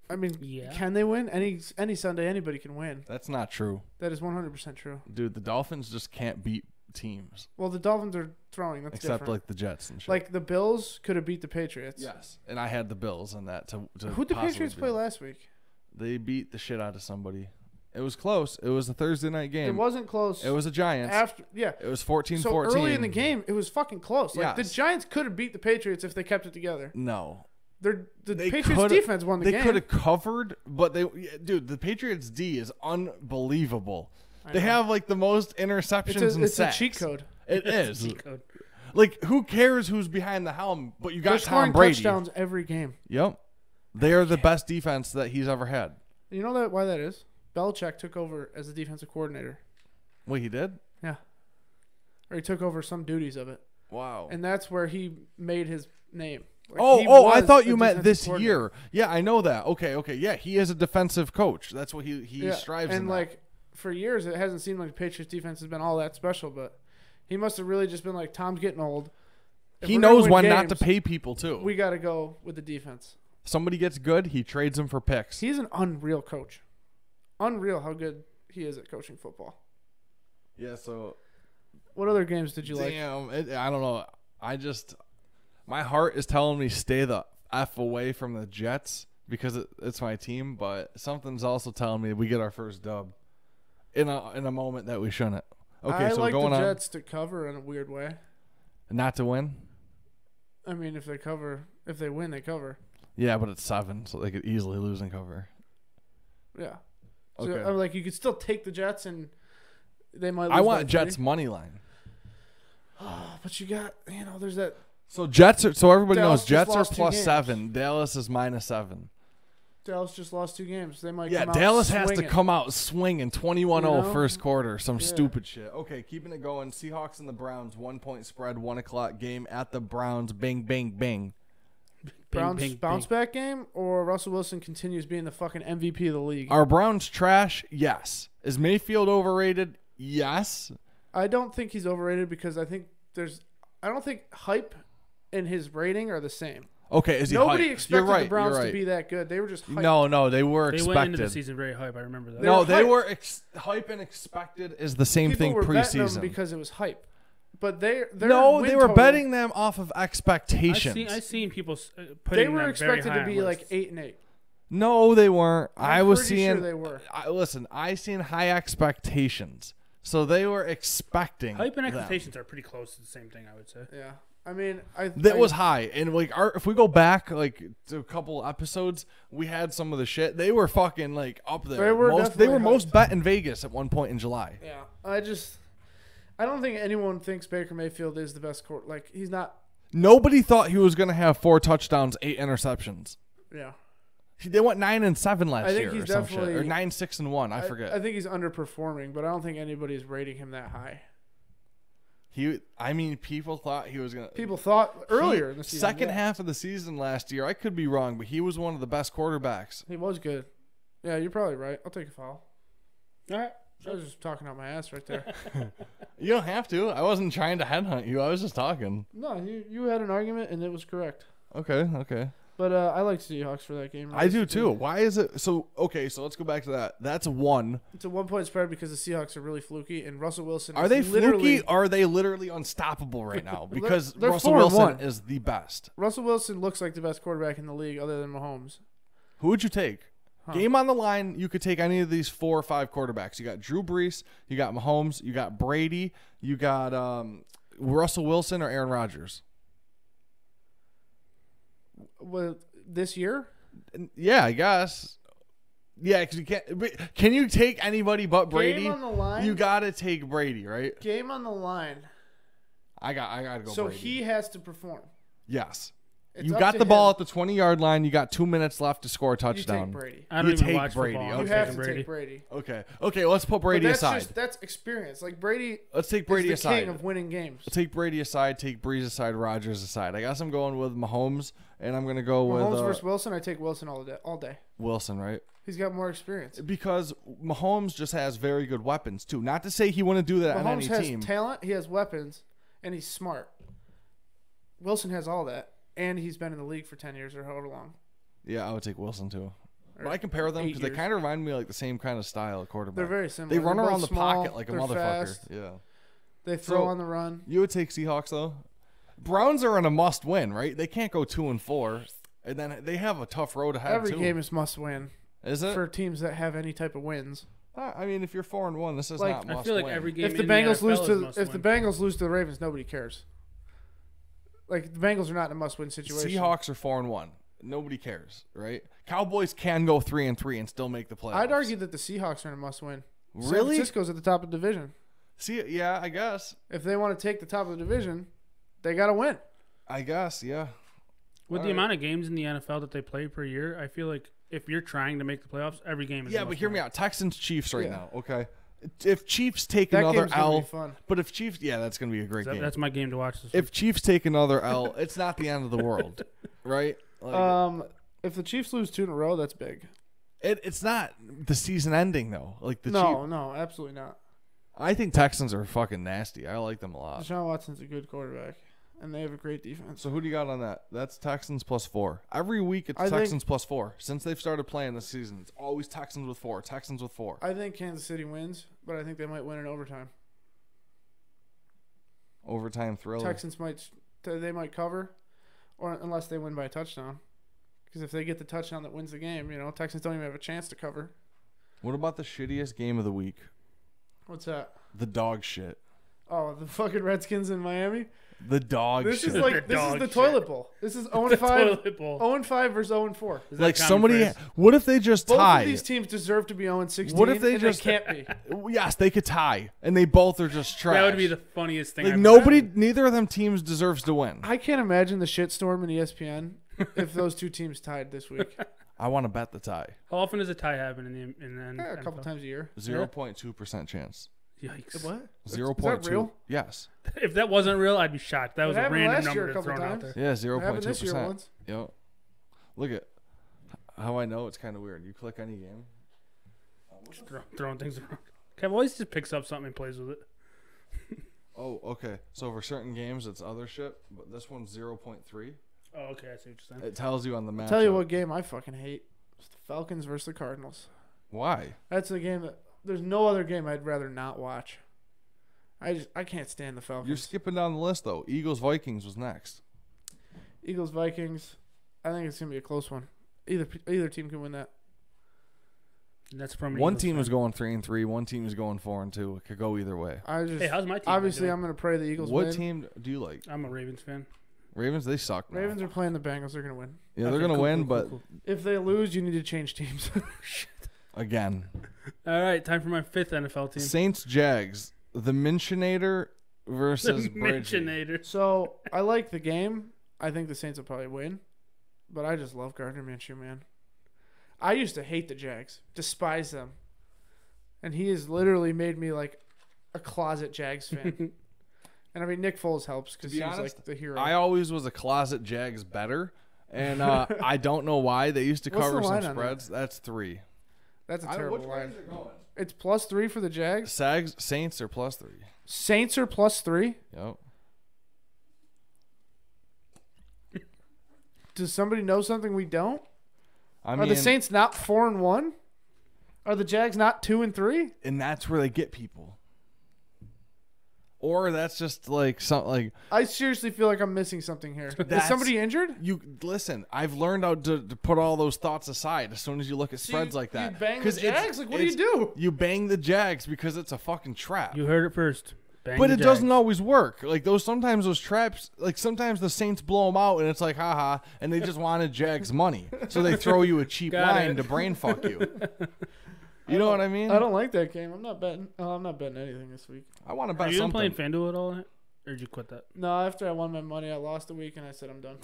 I mean,
Yeah.
can they win? Any any Sunday, anybody can win.
That's not true,
That is 100% true.
dude. The Dolphins just can't beat teams
Well, the Dolphins are throwing. That's
except
different.
like the Jets and shit.
Like, the Bills could have beat the Patriots.
yes, and I had the Bills on that to. to
Who the
possibly
Patriots
beat
play
them.
last week?
They beat the shit out of somebody. It was close. It was a Thursday night game.
It wasn't close.
It was a Giants.
after. Yeah.
It was 14
So
14.
early in the game, it was fucking close. Like
Yes.
the Giants could have beat the Patriots if they kept it together.
No.
They're, the
They
Patriots
coulda-
defense won the
they
game.
could have covered, but they yeah, dude, the Patriots D is unbelievable. They have like the most interceptions
It's, a,
and
it's a
sacks.
cheat code.
It is.
Code.
like who cares who's behind the helm, but you
They're
got Tom
scoring
Brady.
touchdowns every game.
Yep. They are the best defense that he's ever had.
You know that why that is? Belichick took over as the defensive coordinator.
Wait, he did?
Yeah. Or he took over some duties of it.
Wow.
And that's where he made his name. Like,
Oh,
he
oh! I
was
thought
a
you meant this
defensive coordinator.
year. Yeah, I know that. Okay, okay. Yeah, he is a defensive coach. That's what he he
Yeah,
strives.
And
in that.
like for years, it hasn't seemed like the Patriots defense has been all that special. But he must have really just been like, Tom's getting old. If
he
we're gonna
knows
win
when not to
games,
pay people too.
We got to go with the defense.
Somebody gets good, he trades them for picks.
He's an unreal coach. Unreal how good he is at coaching football.
Yeah, so
What other games did you like?
damn, it, I don't know. I just my heart is telling me stay the f away from the Jets because it, it's my team, but something's also telling me we get our first dub in a in a moment that we shouldn't. Okay,
I
so
like
going
the Jets to cover in a weird way.
on not to win.
I mean, if they cover, if they win, they cover.
Yeah, but it's seven, so they could easily lose and cover.
Yeah. So
Okay.
I'm like, you could still take the Jets and they might. Lose
I
by
want Jets
30.
money line.
but you got you know, there's that.
So Jets are so everybody
Dallas
knows
just
Jets are
lost two
plus
games.
seven. Dallas is minus seven.
Dallas just lost two games. They might.
Yeah,
come out
Dallas has to
swinging.
come out swinging 21 0
You know?
first quarter. Some
Yeah.
stupid shit. Okay, keeping it going. Seahawks and the Browns, one point spread, one o'clock game at the Browns. Bing, bing, bing.
Bing,
Browns
bing,
bounce
bing.
back game, or Russell Wilson continues being the fucking MVP of the league.
Are Browns trash? Yes. Is Mayfield overrated? Yes.
I don't think he's overrated because I think there's I don't think hype and his rating are the same.
Okay. Is he
Nobody
hyped?
expected
you're right,
the Browns
you're right.
to be that good. They were just hyped.
No, no, they were
They
expected.
went into the season very hype. I remember that.
no,
were
they
hyped.
were ex- hype and expected is the same
people
thing
were betting them
preseason.
because it was hype. But they their
no,
win
they were
total-
betting them off of
I've
expectations.
seen, I've seen people s- uh, putting
They were
them very
expected
high
to
on
be like
lists.
eight and eight.
no, they weren't. i
I'm
was
pretty
seeing.
sure they were.
I, listen, I seen high expectations, so they were expecting
Hype and
them.
expectations are pretty close to the same thing. I would say.
Yeah, I mean, I
That
I-
was high, and like, our, if we go back like to a couple episodes, we had some of the shit. They were fucking like up there.
They were
most, they
definitely
were most
hyped.
bet in Vegas at one point in July.
Yeah, I just I don't think anyone thinks Baker Mayfield is the best court. Like he's not.
Nobody thought he was gonna have four touchdowns, eight interceptions.
Yeah,
They went nine and seven last
I think
year,
he's
or some shit,
definitely-
or nine six and one. I,
I-
forget.
I, think he's underperforming, but I don't think anybody's rating him that high.
he, I mean, people thought he was gonna.
People thought
he-
earlier in the season.
second
yeah,
half of the season last year. I could be wrong, but he was one of the best quarterbacks.
he was good. Yeah, you're probably right. I'll take a foul.
All right.
I was just talking out my ass right there.
You don't have to. I wasn't trying to headhunt you. I was just talking.
no, you you had an argument and it was correct.
Okay, okay.
But uh, I like Seahawks for that game.
I do too. Why is it so? Okay, so let's go back to that. That's one.
It's a one point spread because the Seahawks are really fluky and Russell Wilson.
Are
is
they
literally
fluky? Are they literally unstoppable right now? Because
they're
Russell
four and
Wilson
one.
is the best.
Russell Wilson looks like the best quarterback in the league, other than Mahomes.
Who would you take? Game on the line, you could take any of these four or five quarterbacks. You got Drew Brees, you got Mahomes, you got Brady, you got um, Russell Wilson or Aaron Rodgers.
Well, this year,
N- Yeah, I guess. Yeah, because you can't. but Can you take anybody but Brady?
on the line?
You gotta take Brady, right?
game on the line.
I got. I gotta go.
So
Brady.
he has to perform.
Yes.
It's
you
up
got
to
the ball
him.
at the 20 yard line. You got two minutes left to score a
You
touchdown.
take Brady.
I don't
You
even
take
watch
Brady,
football.
okay.
I'm
You have
taking
to
Brady.
take Brady.
Okay. Okay. Let's put Brady
But that's
aside.
just that's experience. Like Brady
let's take
Brady
Brady
is the
aside.
king of winning games.
take Brady aside. Take Breeze aside. Rogers aside. I guess I'm going with Mahomes, and I'm going to go
Mahomes
with uh,
versus Wilson, I take Wilson all day. All day.
Wilson, right?
He's got more experience.
Because Mahomes just has very good weapons too. Not to say he wouldn't do that on
Mahomes
any
has
team.
talent. He has weapons, and he's smart. Wilson has all that, and he's been in the league for ten years or however long.
yeah, I would take Wilson too. But
Or
I compare them
eight
because they
years.
kind of remind me like the same kind of style of quarterback.
They're very similar.
They run
They're both
around the
small,
pocket like a
they're
motherfucker.
fast.
Yeah.
They throw
So-
on the run.
You would take Seahawks though. Browns are in a must win, right? They can't go two and four, and then they have Uh, a tough road ahead.
Every
too.
game is must win
is it?
for teams that have any type of wins.
Uh, I mean, if you're four and one, this is
Like-
not
I
must
feel like
win.
every game.
If the
in
Bengals
NFL
lose
is
to
must
if the
win.
Bengals lose to the Ravens, nobody cares. Like the Bengals are not in a must win situation.
Seahawks are four and one. Nobody cares, right? Cowboys can go three and three and still make the playoffs.
I'd argue that the Seahawks are in a must win. San
Really?
Francisco's at the top of the division.
See, yeah, I guess,
If they want to take the top of the division, they got to win.
I guess, yeah.
With the
Alright.
amount of games in the NFL that they play per year, I feel like if you're trying to make the playoffs, every game is a
Yeah, but
must
hear
win.
me out. Texans Chiefs right
Yeah.
now, okay? If Chiefs take
That
another
game's gonna
L,
be fun.
but if Chiefs, yeah, that's gonna be a great
That-
game.
that's my game to watch. This
if Chiefs take another L, it's not the end of the world, right? Like,
Um, if the Chiefs lose two in a row, that's big.
it, it's not the season ending though. Like the
no,
Chief-
no, absolutely not.
I think Texans are fucking nasty. I like them a lot.
Deshaun Watson's a good quarterback, and they have a great defense.
So who do you got on that? That's Texans plus four. Every week it's
I think-
Texans plus four. Since they've started playing this season, it's always Texans with four. Texans with four.
I think Kansas City wins, but I think they might win in overtime.
Overtime thriller.
Texans might they might cover, or unless they win by a touchdown. Because if they get the touchdown that wins the game, you know Texans don't even have a chance to cover.
What about the shittiest game of the week?
What's that?
The dog shit.
Oh, the fucking Redskins in Miami.
The dog
This
shit.
is like
The
this is
dog
the
shit.
toilet bowl. This is 0 and 5,
toilet bowl.
0 and 5 versus 0 and 4.
Is that
like
common
somebody.
phrase?
What if they just
Both
tie?
of these teams deserve to be 0 and 16.
What if they
and
just-
they can't be?
yes, they could tie, and they both are just trash.
That would be the funniest thing.
like
I've-
nobody. Neither of them teams deserves to win.
I can't imagine the shitstorm in E ESPN if those two teams tied this week.
I want to bet the tie.
How often does a tie happen in the in the
Yeah, a
NFL?
couple times a year.
Zero point two percent chance.
Yikes.
What?
Zero
is that
point two.
real?
Yes.
If that wasn't real, I'd be shocked. That was a
happened
random
last year
number
a
to
couple
thrown out
times.
there.
Yeah, zero point
happened
two
this year
percent.
once.
Yep. Look at how I know it's kind of weird. You click any game.
Just throw, throwing things around. Kev always just picks up something and plays with it.
Oh, okay. So for certain games, it's other shit, but this one's zero point three.
Oh, okay, I see what you're saying.
It tells you on the map.
Tell you what game I fucking hate. It's the Falcons versus the Cardinals.
Why?
That's the game that there's no other game I'd rather not watch. I just I can't stand the
You're
Falcons.
skipping down the list though. Eagles Vikings was next.
Eagles Vikings. I think it's gonna be a close one. Either either team can win that.
And that's from an
Uh, One
Eagles
team
fan.
was going three and three. One team was going four and two. It could go either way.
I just
Hey, how's my team?
obviously
doing?
I'm gonna pray the Eagles
What
win.
team do you like?
I'm a Ravens fan.
Ravens. They suck. now.
Ravens are playing the Bengals. They're gonna win.
Yeah, they're
Okay,
gonna
cool,
win,
cool,
but
cool, cool.
If they lose, you need to change teams. Oh,
again,
all right, time for my fifth NFL team.
Saints Jags. The Minchinator versus Bridgie.
Minchinator.
so I like the game. I think the Saints will probably win, but I just love Gardner Minshew, man. I used to hate the Jags, despise them, and he has literally made me like a closet Jags fan. and I mean, Nick Foles helps because
be
he's
honest,
like the hero.
I always was a closet Jags better, and uh, I don't know why they used to
What's the
cover some
line on that?
spreads. That's three.
That's a terrible line.
are going?
It's plus three for the Jags.
Sags Saints are plus three.
Saints are plus three.
Yep.
Does somebody know something we don't?
I
Are
mean,
the Saints not four and one? Are the Jags not two and three?
and that's where they get people. Or that's just like something like
I seriously feel like I'm missing something here. Is
That's-
somebody injured?
you listen. I've learned how to, to put all those thoughts aside as soon as you look at spreads
you-
like that.
you bang the
'Cause it's-
Jags? Like, what do you
it's-
do?
You bang the Jags because it's a fucking trap.
You heard it first. Bang
But
the
it
Jags.
doesn't always work. Like those sometimes those traps, like sometimes the Saints blow them out, and it's like haha, and they just wanted Jags money, so they throw you a cheap
Got
line
it.
to brain fuck you. You know what I mean?
I don't like that game. I'm not betting. Oh, I'm not betting anything this week.
I want to
Are
bet
you been playing
something.
FanDuel at all, or did you quit that?
No, after I won my money, I lost a week and I said I'm done.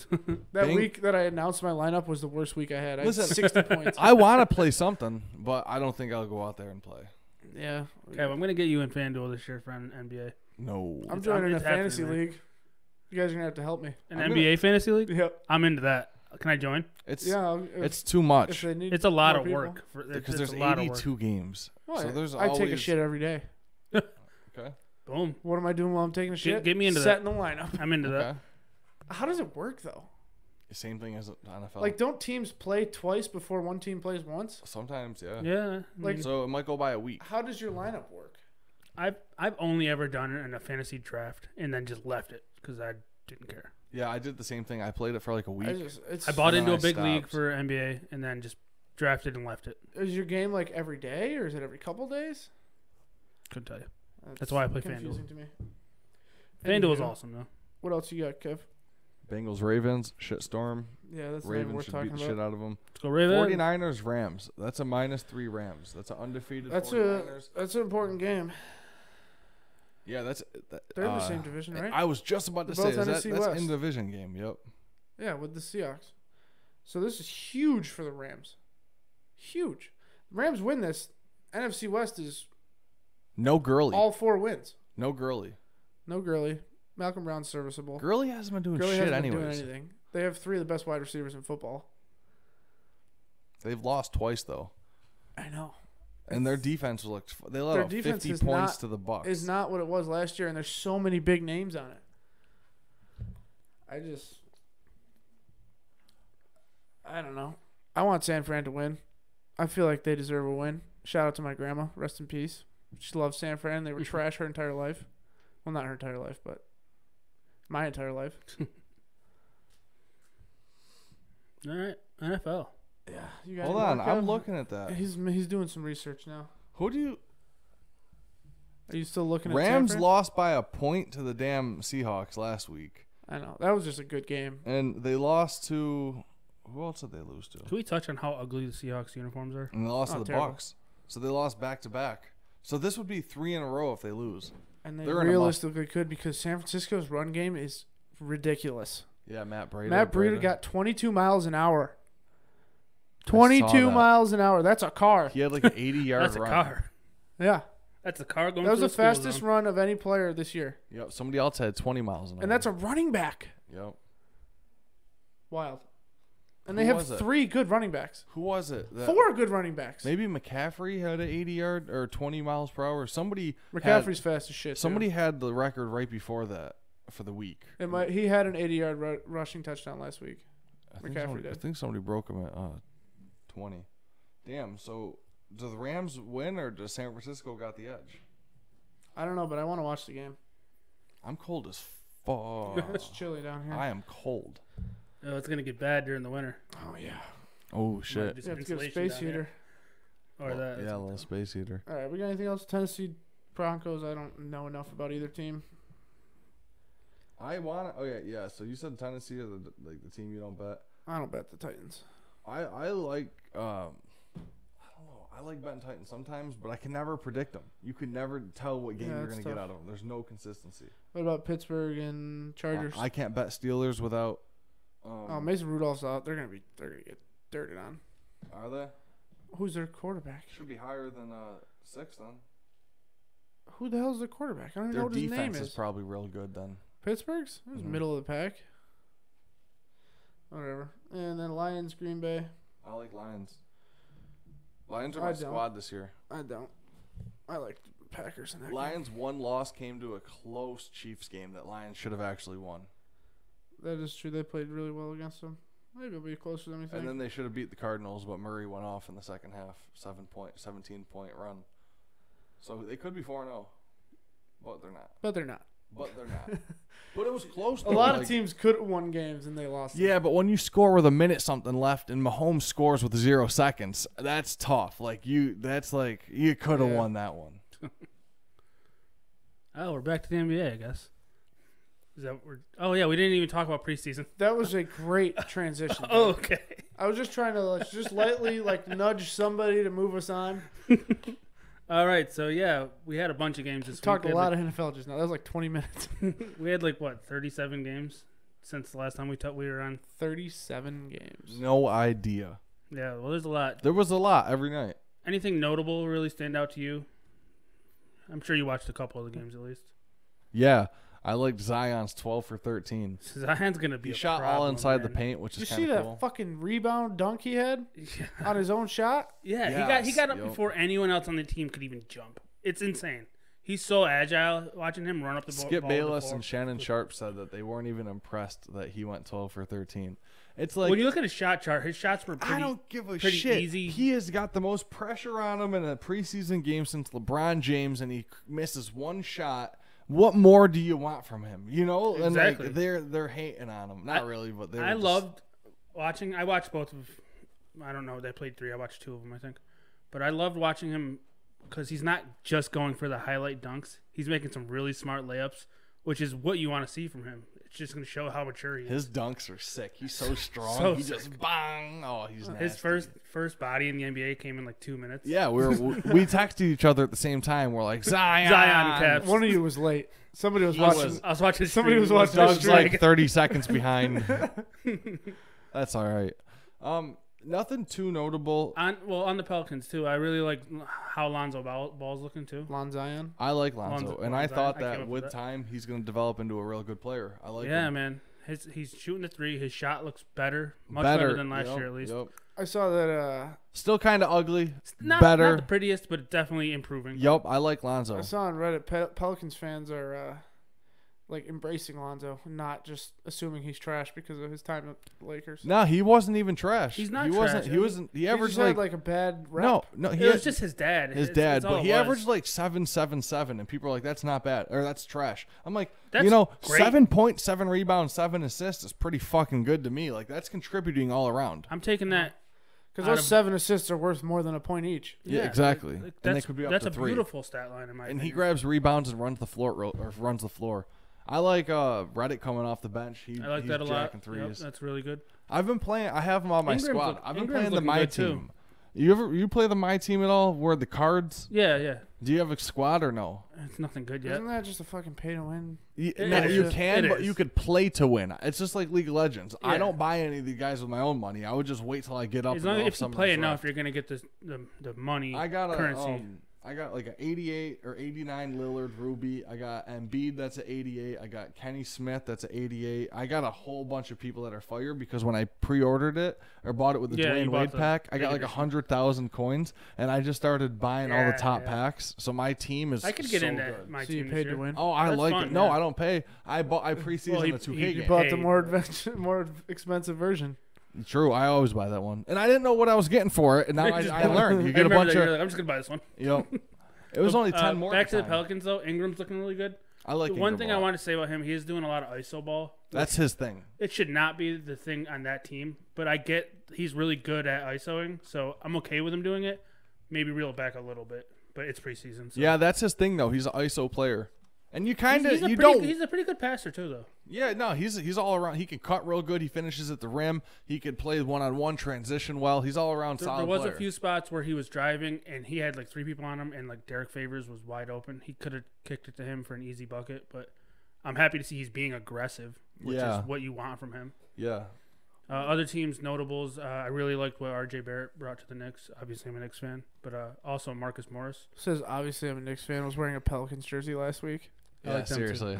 that
Bing.
week that I announced my lineup was the worst week I had. I
Listen.
had 60 points.
I want to play something, but I don't think I'll go out there and play.
Yeah.
Kev, I'm gonna get you in FanDuel this year for an NBA,
No,
I'm joining a
it's happening,
fantasy
man.
league. You guys are going to have to help me.
an
I'm
NBA fantasy league.
Yep.
I'm into that. Can I join?
it's
Yeah. I'll- If,
it's too
if
much
they need
It's a lot
more
of
people.
work. For, it's,
because
it's
there's
a lot of work.
82 games,
Well,
so there's
I
always
Oh, take a shit every day.
Okay,
Boom.
What am I doing while I'm taking a shit?
get me into that.
setting the lineup.
I'm into that.
okay.
How does it work though?
Same thing as the NFL.
Like, don't teams play twice before one team plays once?
sometimes, yeah.
Yeah.
Like,
So it might go by a week.
how does your lineup work?
I've I've only ever done it in a fantasy draft and then just left it because I didn't care.
Yeah, I did the same thing. I played it for like a week.
I just, it's,
I bought
And
into
then
a
I
big league
stopped.
for NBA and then just drafted and left it.
Is your game like every day or is it every couple days?
Couldn't tell you. That's why I play
confusing to me.
FanDuel is
Anywho,
awesome though.
What else you got, Kev?
Bengals Ravens shitstorm.
Yeah, that's not even
Ravens
worth
should beat
talking
the shit
about.
out of them.
Let's go Ravens.
49ers Rams. That's a minus three Rams. That's an undefeated.
That's
49ers.
a that's an important game.
yeah. That's that-
They're in
uh,
the same division, right?
I was just about to
They're
say
both
is that,
NFC
that's
West.
in division game. Yep.
yeah, with the Seahawks. So this is huge for the Rams. Huge. Rams win this. NFC West is
No Gurley.
all four wins.
no Gurley.
No Gurley. Malcolm Brown's serviceable.
Gurley hasn't been doing
Gurley
shit
hasn't been doing
anyways.
anything. They have three of the best wide receivers in football.
They've lost twice though,
I know.
and their defense looked. f- They let
Their
up
defense
fifty
is
points
not-
to the Bucks.
It's not what it was last year, and there's so many big names on it. I just, I don't know. I want San Fran to win. I feel like they deserve a win. Shout out to my grandma. Rest in peace. She loved San Fran. They were trash her entire life. Well, not her entire life, but my entire life.
All right, NFL.
Yeah. You got
Hold
any
on,
more,
I'm
Kev?
looking at that.
He's he's doing some research now.
Who do you?
Are you still looking at San
Rams
Fran?
lost by a point to the damn Seahawks last week,
I know that was just a good game.
and they lost to. Who else did they lose to?
Can we touch on how ugly the Seahawks uniforms are?
And they lost to
Oh,
the
terrible.
Bucks. So they lost back to back. So this would be three in a row if they lose.
And they
They're in a must-
realistically could because San Francisco's run game is ridiculous.
Yeah, Matt Breida.
Matt Breida got 22 miles an hour.
I
22
saw that.
miles an hour. That's a car.
He had like an 80 yard
That's a
run.
car.
Yeah.
That's a car going.
That was
through
the
school
fastest
zone.
run of any player this year.
Yep. Somebody else had 20 miles an hour.
And that's a running back.
Yep.
Wild. And they
Who
have
was it?
three good running backs.
Who was it? that-
Four good running backs.
Maybe McCaffrey had an 80 yard or 20 miles per hour. Somebody had-
McCaffrey's fast as shit.
Somebody
Somebody
had the record right before that for the week.
it might, he had an 80 yard ru- rushing touchdown last week.
I think,
McCaffrey
somebody, I
did.
think somebody broke him at uh, 20. Damn, so do the Rams win or does San Francisco got the edge?
I don't know, but I want to watch the game.
I'm cold as fuck.
It's chilly down here.
I am cold.
Oh, it's gonna get bad during the winter.
oh yeah.
Oh,
Might
shit.
do
We
some
have to get a
insulation
space
down
heater.
there. Or that.
yeah, a little space eater.
All right, we got anything else? Tennessee Broncos. I don't know enough about either team.
I want to. Okay, yeah. So you said Tennessee is the, like the team you don't bet.
I don't bet the Titans.
I I like um, I don't know. I like betting Titans sometimes, but I can never predict them. You can never tell what game
Yeah,
you're
it's
going to get
tough.
out of them. There's no consistency.
What about Pittsburgh and Chargers?
I, I can't bet Steelers without. Um,
oh, Mason Rudolph's out. They're gonna be. They're gonna get dirted on.
are they?
Who's their quarterback?
Should be higher than uh, six then.
Who the hell's their quarterback? I don't even
Their
know what his name
defense
is.
is probably real good then.
Pittsburgh's. It was
Mhm.
middle of the pack. Whatever. And then Lions, Green Bay.
I like Lions. Lions are my
I don't.
squad this year.
I don't. I like Packers and that. game.
Lions one loss came to a close Chiefs game that Lions should have actually won,
That is true. They played really well against them. Maybe it'll be closer than we think.
and then they should have beat the Cardinals, but Murray went off in the second half, seven point, seventeen point run. So they could be four zero, but they're not.
but they're not.
But they're not. but it was close.
A lot of teams could have won games and they lost. them.
Yeah, but when you score with a minute something left and Mahomes scores with zero seconds, that's tough. Like you, that's like you could have
Yeah.
won that one.
Oh, we're back to the NBA, I guess. Is that we're? Oh yeah, we didn't even talk about preseason.
That was a great transition.
Oh,
dude.
okay.
I was just trying to like, just lightly like nudge somebody to move us on.
All right, so yeah, we had a bunch of games this
Talked
week.
a
We had,
lot of NFL just now. That was like 20 minutes.
like- we had like what thirty-seven games since the last time we talked. We were on.
37 games.
No idea.
Yeah, well, there's a lot.
There was a lot every night.
Anything notable really stand out to you? I'm sure you watched a couple of the games at least.
Yeah, I liked Zion's twelve for thirteen.
Zion's gonna be.
He
a
shot all
problem,
inside the
man.
paint, which
Did you
is
see
kind of
that
cool.
fucking rebound dunk he had
Yeah,
on his own shot?
he got he
Yes,
got up
yup.
before anyone else on the team could even jump. It's insane. He's so agile. Watching him run up the bo-
Skip
ball to the
Bayless
floor.
and Shannon Sharp said that they weren't even impressed that he went twelve for thirteen. It's like
when you look at his shot chart, his shots were pretty.
I don't give a
pretty
shit.
easy.
He has got the most pressure on him in a preseason game since LeBron James, and he c- misses one shot. What more do you want from him? You know, and
Exactly.
like they're they're hating on him. Not really, but they. were
I
just-
loved watching. I watched both of. I don't know. They played three. I watched two of them, I think. But I loved watching him because he's not just going for the highlight dunks. He's making some really smart layups, which is what you want to see from him. It's just going to show how mature he is.
his dunks are sick. He's so strong.
So
he just bang. Oh, he's nasty.
His first first body in the NBA came in like two minutes.
Yeah, we were we texted each other at the same time. We're like Zion.
Zion caps.
One of you was late. Somebody was
I
watching.
was-
I was watching.
Somebody
stream,
was
I
watching
I
the
was
stream.
watching-
like 30 seconds behind. That's all right. Um, nothing too notable.
on well on the Pelicans too. I really like how Lonzo Ball, Ball's looking too.
Lon Zion.
I like Lonzo,
Lonzo-
and I
Lonzo,
thought
I came
that
up
with
with that.
time he's going to develop into a real good player. I like
yeah,
him.
man. His, he's shooting the three. His shot looks better, much
better,
better, than last
Yep,
year at least.
yep.
I saw that. Uh,
Still kind of ugly.
Not,
better.
not the prettiest, but definitely improving.
Yup, I like Lonzo.
I saw on Reddit Pe- Pelicans fans are uh, like embracing Lonzo, not just assuming he's trash because of his time at the Lakers.
No, he wasn't even trash.
He's not
He wasn't.
trash.
He wasn't. He
he
averaged
just
like,
had like a bad rep.
no, no. He
it was
had-
just his dad.
his
It's-
dad,
it's all
but
it
he
was.
averaged like seven seven seven, and people are like, "That's not bad," or "That's trash." I'm like,
That's
you know,
great.
seven point seven rebounds, seven assists is pretty fucking good to me. Like that's contributing all around.
I'm taking that.
because
out
those
of-
seven assists are worth more than a point each.
Yeah,
like,
exactly.
like,
And
that's
they could be up
that's
to
a
three.
beautiful stat line in my
And he
opinion.
grabs rebounds and runs the floor ro- or runs the floor. I like uh, Reddit coming off the bench. He,
I like
he's
that a lot.
jacking
Yep,
threes.
that's really good.
I've been playing. I have him on my
Ingram's
squad.
look-
I've been
Ingram's
playing the
looking
my
good, too.
team. You ever you play the my team at all? Where the cards?
Yeah, yeah.
Do you have a squad or no?
It's nothing good yet.
Isn't that just a fucking pay to win?
Y-
It
no,
is.
you
It
can, but
is.
you could play to win. It's just like League of Legends. I
Yeah.
don't buy any of these guys with my own money. I would just wait till I get up.
As
and
long
know
as if you
someone
play
else
enough,
left.
you're gonna get the the, the money.
I got a
currency.
um, I got like an 88 or 89 Lillard Ruby. I got Embiid that's an 88. I got Kenny Smith that's an 88. I got a whole bunch of people that are fired because when I pre-ordered it or bought it with the
Yeah, you
Dwayne
bought
Wade
the
pack, I
big
got like a
edition.
hundred thousand coins, and I just started buying all
Yeah,
the top
yeah.
packs. So my team is
I could get
so
into
good.
my
So you
team. this
paid to
year.
win.
Oh, I
That's
like
fun,
it. No,
yeah.
I don't pay. I bought. I preseason
Well, he-
the 2K
he
game.
Bought
Hey.
the more adventure, more expensive version.
True, I always buy that one, and I didn't know what I was getting for it, and now I,
Just
I
buy it.
learned. You
I
get a
remember
bunch
that, you're
of
like, I'm just gonna buy this one.
yep. It was only ten
Uh,
more.
Back to the
time.
Pelicans though. Ingram's looking really good.
I like
The one
Ingram
thing
a
I
lot.
want to say about him, he's doing a lot of iso ball.
That's his thing.
It should not be the thing on that team, but I get he's really good at isoing, so I'm okay with him doing it. Maybe reel it back a little bit, but it's preseason. So.
Yeah, that's his thing though. He's an ISO player, and you
he's,
kind of
he's a
you
pretty,
don't.
He's a pretty good passer too, though.
yeah, no, he's he's all around. He can cut real good. He finishes at the rim. He could play one on one transition well. He's all around
There,
solid
there was
player.
a few spots where he was driving and he had like three people on him, and like Derek Favors was wide open. He could have kicked it to him for an easy bucket, but I'm happy to see he's being aggressive, which
Yeah.
is what you want from him.
yeah,
Uh, other teams' notables, uh, I really liked what R.J. Barrett brought to the Knicks. Obviously, I'm a Knicks fan, but uh, also Marcus Morris.
Says obviously I'm a Knicks fan. Was wearing a Pelicans jersey last week.
I like
yeah.
them too.
Seriously,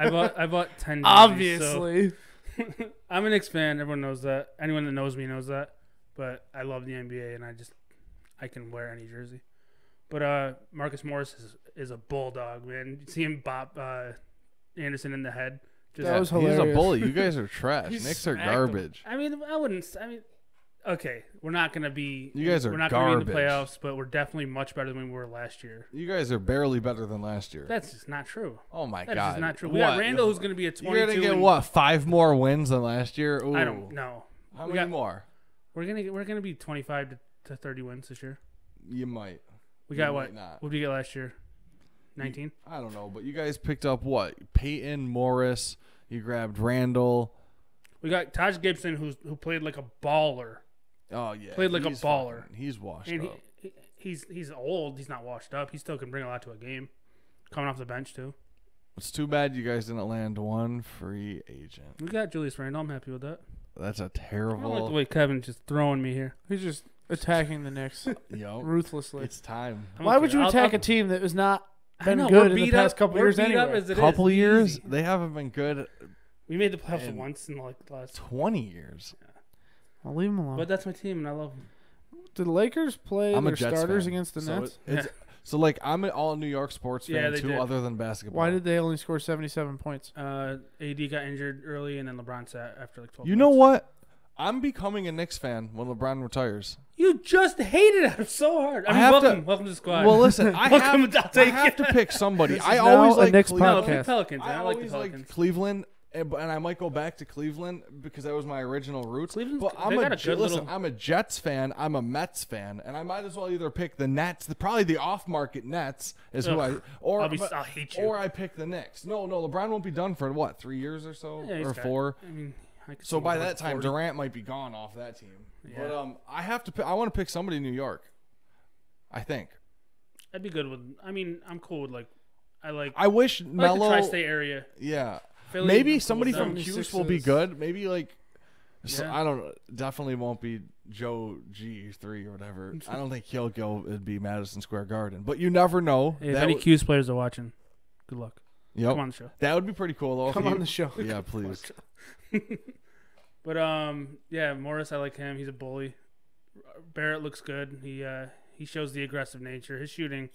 I bought I bought ten. jerseys,
Obviously,
so- I'm an Knicks fan. Everyone knows that. Anyone that knows me knows that. But I love the NBA, and I just I can wear any jersey. But uh, Marcus Morris is, is a bulldog, man. You see him bop uh, Anderson in the head. Just,
That was
he's a
hilarious.
bully. You guys are trash.
He
Knicks are
smacked him.
garbage.
I mean, I wouldn't. s- I mean, okay, we're not gonna be.
You guys are
We're not gonna be in the
garbage.
playoffs, but we're definitely much better than we were last year.
You guys are barely better than last year.
That's just not true.
oh my
That's
god,
just not true. We got
What?
Randall, who's gonna be a
You're
twenty-two.
gonna get
and-
what five more wins than last year? Ooh.
I don't know.
How
We
many
got-
more?
We're gonna get, we're gonna be twenty-five to, to thirty wins this year.
You might.
We
You might
got what?
not.
What did we get last year? Nineteen.
I don't know, but you guys picked up what Peyton Morris. You grabbed Randall.
We got Taj Gibson, who's who played like a baller,
Oh yeah,
Played like a
he's
baller.
fucking- he's washed
and he,
up.
he, he's he's old. He's not washed up. He still can bring a lot to a game. Coming off the bench too.
It's too bad you guys didn't land one free agent.
We got Julius Randle. I'm happy with that.
That's a
I don't like the
terrible.
way Kevin's just throwing me here.
he's just attacking the Knicks
Yo,
ruthlessly.
it's time.
I'm
Why
okay.
would you
I'll-
attack
I'll-
a team that was not
I
been
know, we're
good in the
beat
past
up-
couple
we're
years
beat up
anyway?
as it is.
Couple years,
Easy.
they haven't been good.
We made the playoffs
And-
once in like the last.
Twenty years.
I'll leave him alone.
But that's my team, and I love them.
Did the Lakers play
I'm a
their
Jets
starters
fan,
against the
so
Nets?
it- it's- so like I'm an all New York sports fan
Yeah, they
too,
did.
other than basketball.
Why did they only score 77 points?
Uh, AD got injured early, and then LeBron sat after like twelve.
You know
minutes.
what? I'm becoming a Knicks fan when LeBron retires.
You just hated him so hard. I,
I
mean,
have to-
welcome, welcome to the squad.
Well, listen, I
Welcome
have,
to- I'll
I
take
have
it.
to pick somebody.
This is
I
now
always
a
like
Knicks
Cleveland.
no, the
podcast.
Pelicans. I,
I,
like the
always
Pelicans.
liked Cleveland, and, but- and I might go back to Cleveland because that was my original roots.
Cleveland's-
but I'm
they
a,
got a
J-
good
listen,
little-
I'm a Jets fan. I'm a Mets fan, and I might as well either pick the Nets, the, probably the off-market Nets, is who I
Ugh.
or
I'll be-
but-
I'll hate you.
or I pick the Knicks. No, no, LeBron won't be done for what three years or so
Yeah, he's
or
got-
four.
I mean, I could
So
see
by
him
that time,
40.
Durant might be gone off that team. But
Yeah.
um, I have to. Pick, I want to pick somebody in New York. I think.
I'd be good with. I mean, I'm cool with like. I like. I
I wish
like the
Melo.
tri-state area.
yeah.
Philly,
Maybe
cool
somebody
zone.
from Cuse will be good. Maybe like. so-
Yeah.
I don't know. Definitely won't be Joe G three or whatever. I don't think he'll go. It'd be Madison Square Garden, but you never know.
Hey, if
that
any
would, Oh.
Q's players are watching, good luck.
yep.
Come on the show.
That would be pretty cool though. if
Come
you-
on the show.
Yeah, please.
But um, yeah, Morris, I like him. He's a bully. Barrett looks good. He uh, he shows the aggressive nature. His shooting.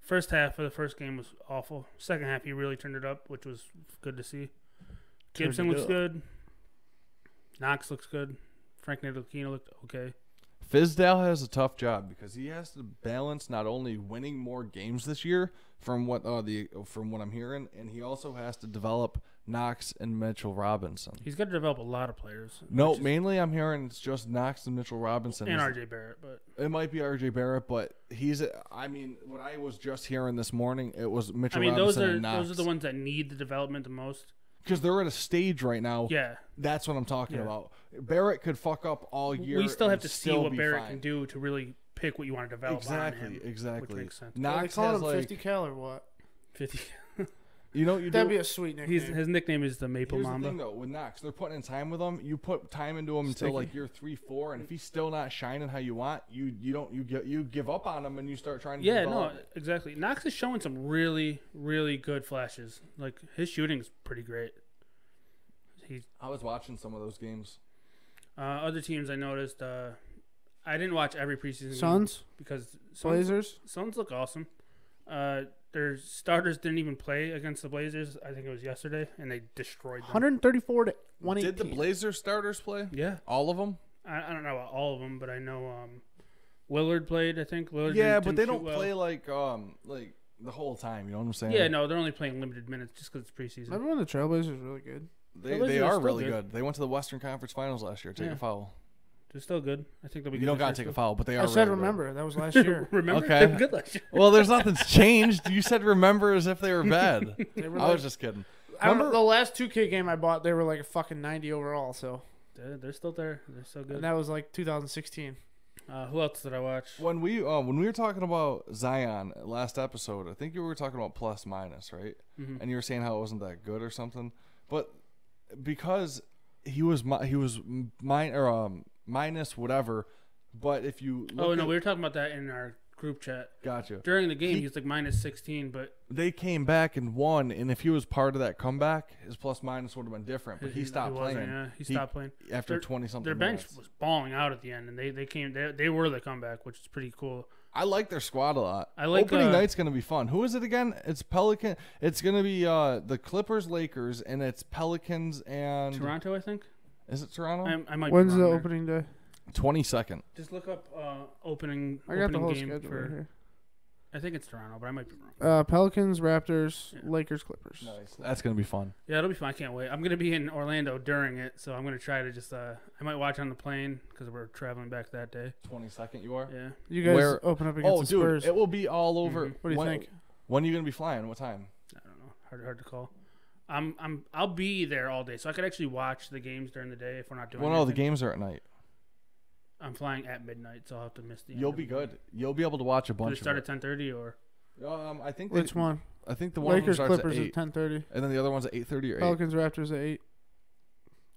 First half of the first game was awful. Second half, he really turned it up, which was good to see. Gibson
it
looks
up.
good. Knox looks good. Frank Ntilikina looked okay.
Fizdale has a tough job because he has to balance not only winning more games this year from what uh, the from what I'm hearing, and he also has to develop Knox and Mitchell Robinson.
He's got to develop a lot of players.
No,
which is-
mainly I'm hearing it's just Knox and Mitchell Robinson.
and
is-
RJ Barrett, but
It might be RJ Barrett, but he's. a- I mean, what I was just hearing this morning, it was
I
Mitchell
mean, those
Robinson
are
and Knox
those are the ones that need the development the most.
because they're at a stage right now.
Yeah,
that's what I'm talking
Yeah.
about. Barrett could fuck up all year.
we still have
and
to see
still
what
be
Barrett
fine.
can do to really pick what you want to develop. on
Exactly,
him,
exactly.
Which makes sense.
Are they
Knox
calling
has
him
like
50 cal or what?
Fifty.
You know what you
That'd
do.
be a sweet nickname.
He's, his nickname is the Maple
Here's the
Mamba.
thing though, with Knox, they're putting in time with him. You put time into him until like you're three, four, and if he's still not shining how you want, you you don't you get you give up on him and you start trying to
yeah, no,
develop.
exactly. Knox is showing some really, really good flashes. Like his shooting's pretty great. He
I was watching some of those games.
uh, other teams I noticed. Uh, I didn't watch every preseason game
Suns,
because Suns
Blazers.
Suns look awesome. Uh, their starters didn't even play against the Blazers. I think it was yesterday, and they destroyed them.
134 to 118.
Did the Blazer starters play?
Yeah,
All of them?
I, I don't know about all of them, but I know um, Lillard played. I think Lillard.
Yeah, but
didn't- didn't
they
shoot
don't
well.
play like um like the whole time. You know what I'm saying?
Yeah, no, they're only playing limited minutes just because it's preseason.
Remember when the Trailblazers were really good?
They,
The
they
Blazers are
are
still
really
good.
good. They went to the Western Conference Finals last year. Take
Yeah.
a foul.
They're still good. I think they'll be.
You
good
don't
this
gotta
year
take a
still.
foul, but they are.
I said,
really good.
remember that was last year.
Remember,
Okay.
they were good last year.
Well, there's nothing's changed. You said remember as if they were bad. I was just kidding.
I don't know,
Remember-
the last 2K game I bought, they were like a fucking 90 overall. So
They're, they're still there. They're still
and
good.
that was like 2016.
Uh, who else did I watch?
When we um, when we were talking about Zion last episode, I think you were talking about plus minus, right?
Mm-hmm.
And you were saying how it wasn't that good or something. But because he was mi- he was m- min- or um, minus whatever, but if you look
Oh no,
at-
we were talking about that in our group chat
gotcha.
during the game. He was like minus sixteen, but
They came back and won, and if he was part of that comeback, his plus minus would have been different. But he, stopped
wasn't,
playing.
yeah, he stopped playing.
after
Their-
twenty something.
Their bench
minutes.
was balling out at the end, and they, they came. They, they were the comeback, which is pretty cool.
I like their squad a lot.
I like,
opening
uh,
night's gonna be fun. Who is it again? It's Pelican. It's gonna be uh the Clippers, Lakers, and it's Pelicans and
Toronto, I think.
is it Toronto?
I, I might. be
When's
wrong
the
there.
opening day?
Twenty second.
Just look up uh, opening
I got the
opening
whole
game
schedule
for.
right here.
I think it's Toronto, but I might be wrong.
Uh, Pelicans, Raptors, Lakers, Clippers.
That's gonna be fun.
Yeah, it'll be fun. I can't wait. I'm gonna be in Orlando during it, so I'm gonna try to just. Uh, I might watch on the plane because we're traveling back that day.
Twenty second, you are.
Yeah,
You guys
Where-
open up against
Oh,
the
dude,
Spurs. Mm-hmm.
it will be all over.
Mhm.
What do you
when,
think?
When are you gonna be flying? What time?
I don't know. Hard, hard to call. I'm, I'm, I'll be there all day, so I could actually watch the games during the day if we're not doing.
Well, no, the
anything.
games are at night.
I'm flying at midnight, so I'll have to miss the. end
You'll
of the
be
game.
good. You'll be able to watch a
Do they
bunch.
start
of
at 10:30 or?
it. Um, I think they-
Which one?
I think the one of them
Lakers,
starts at
Clippers at
eight,
10:30.
and then the other one's at eight thirty or eight.
Pelicans, Raptors at eight.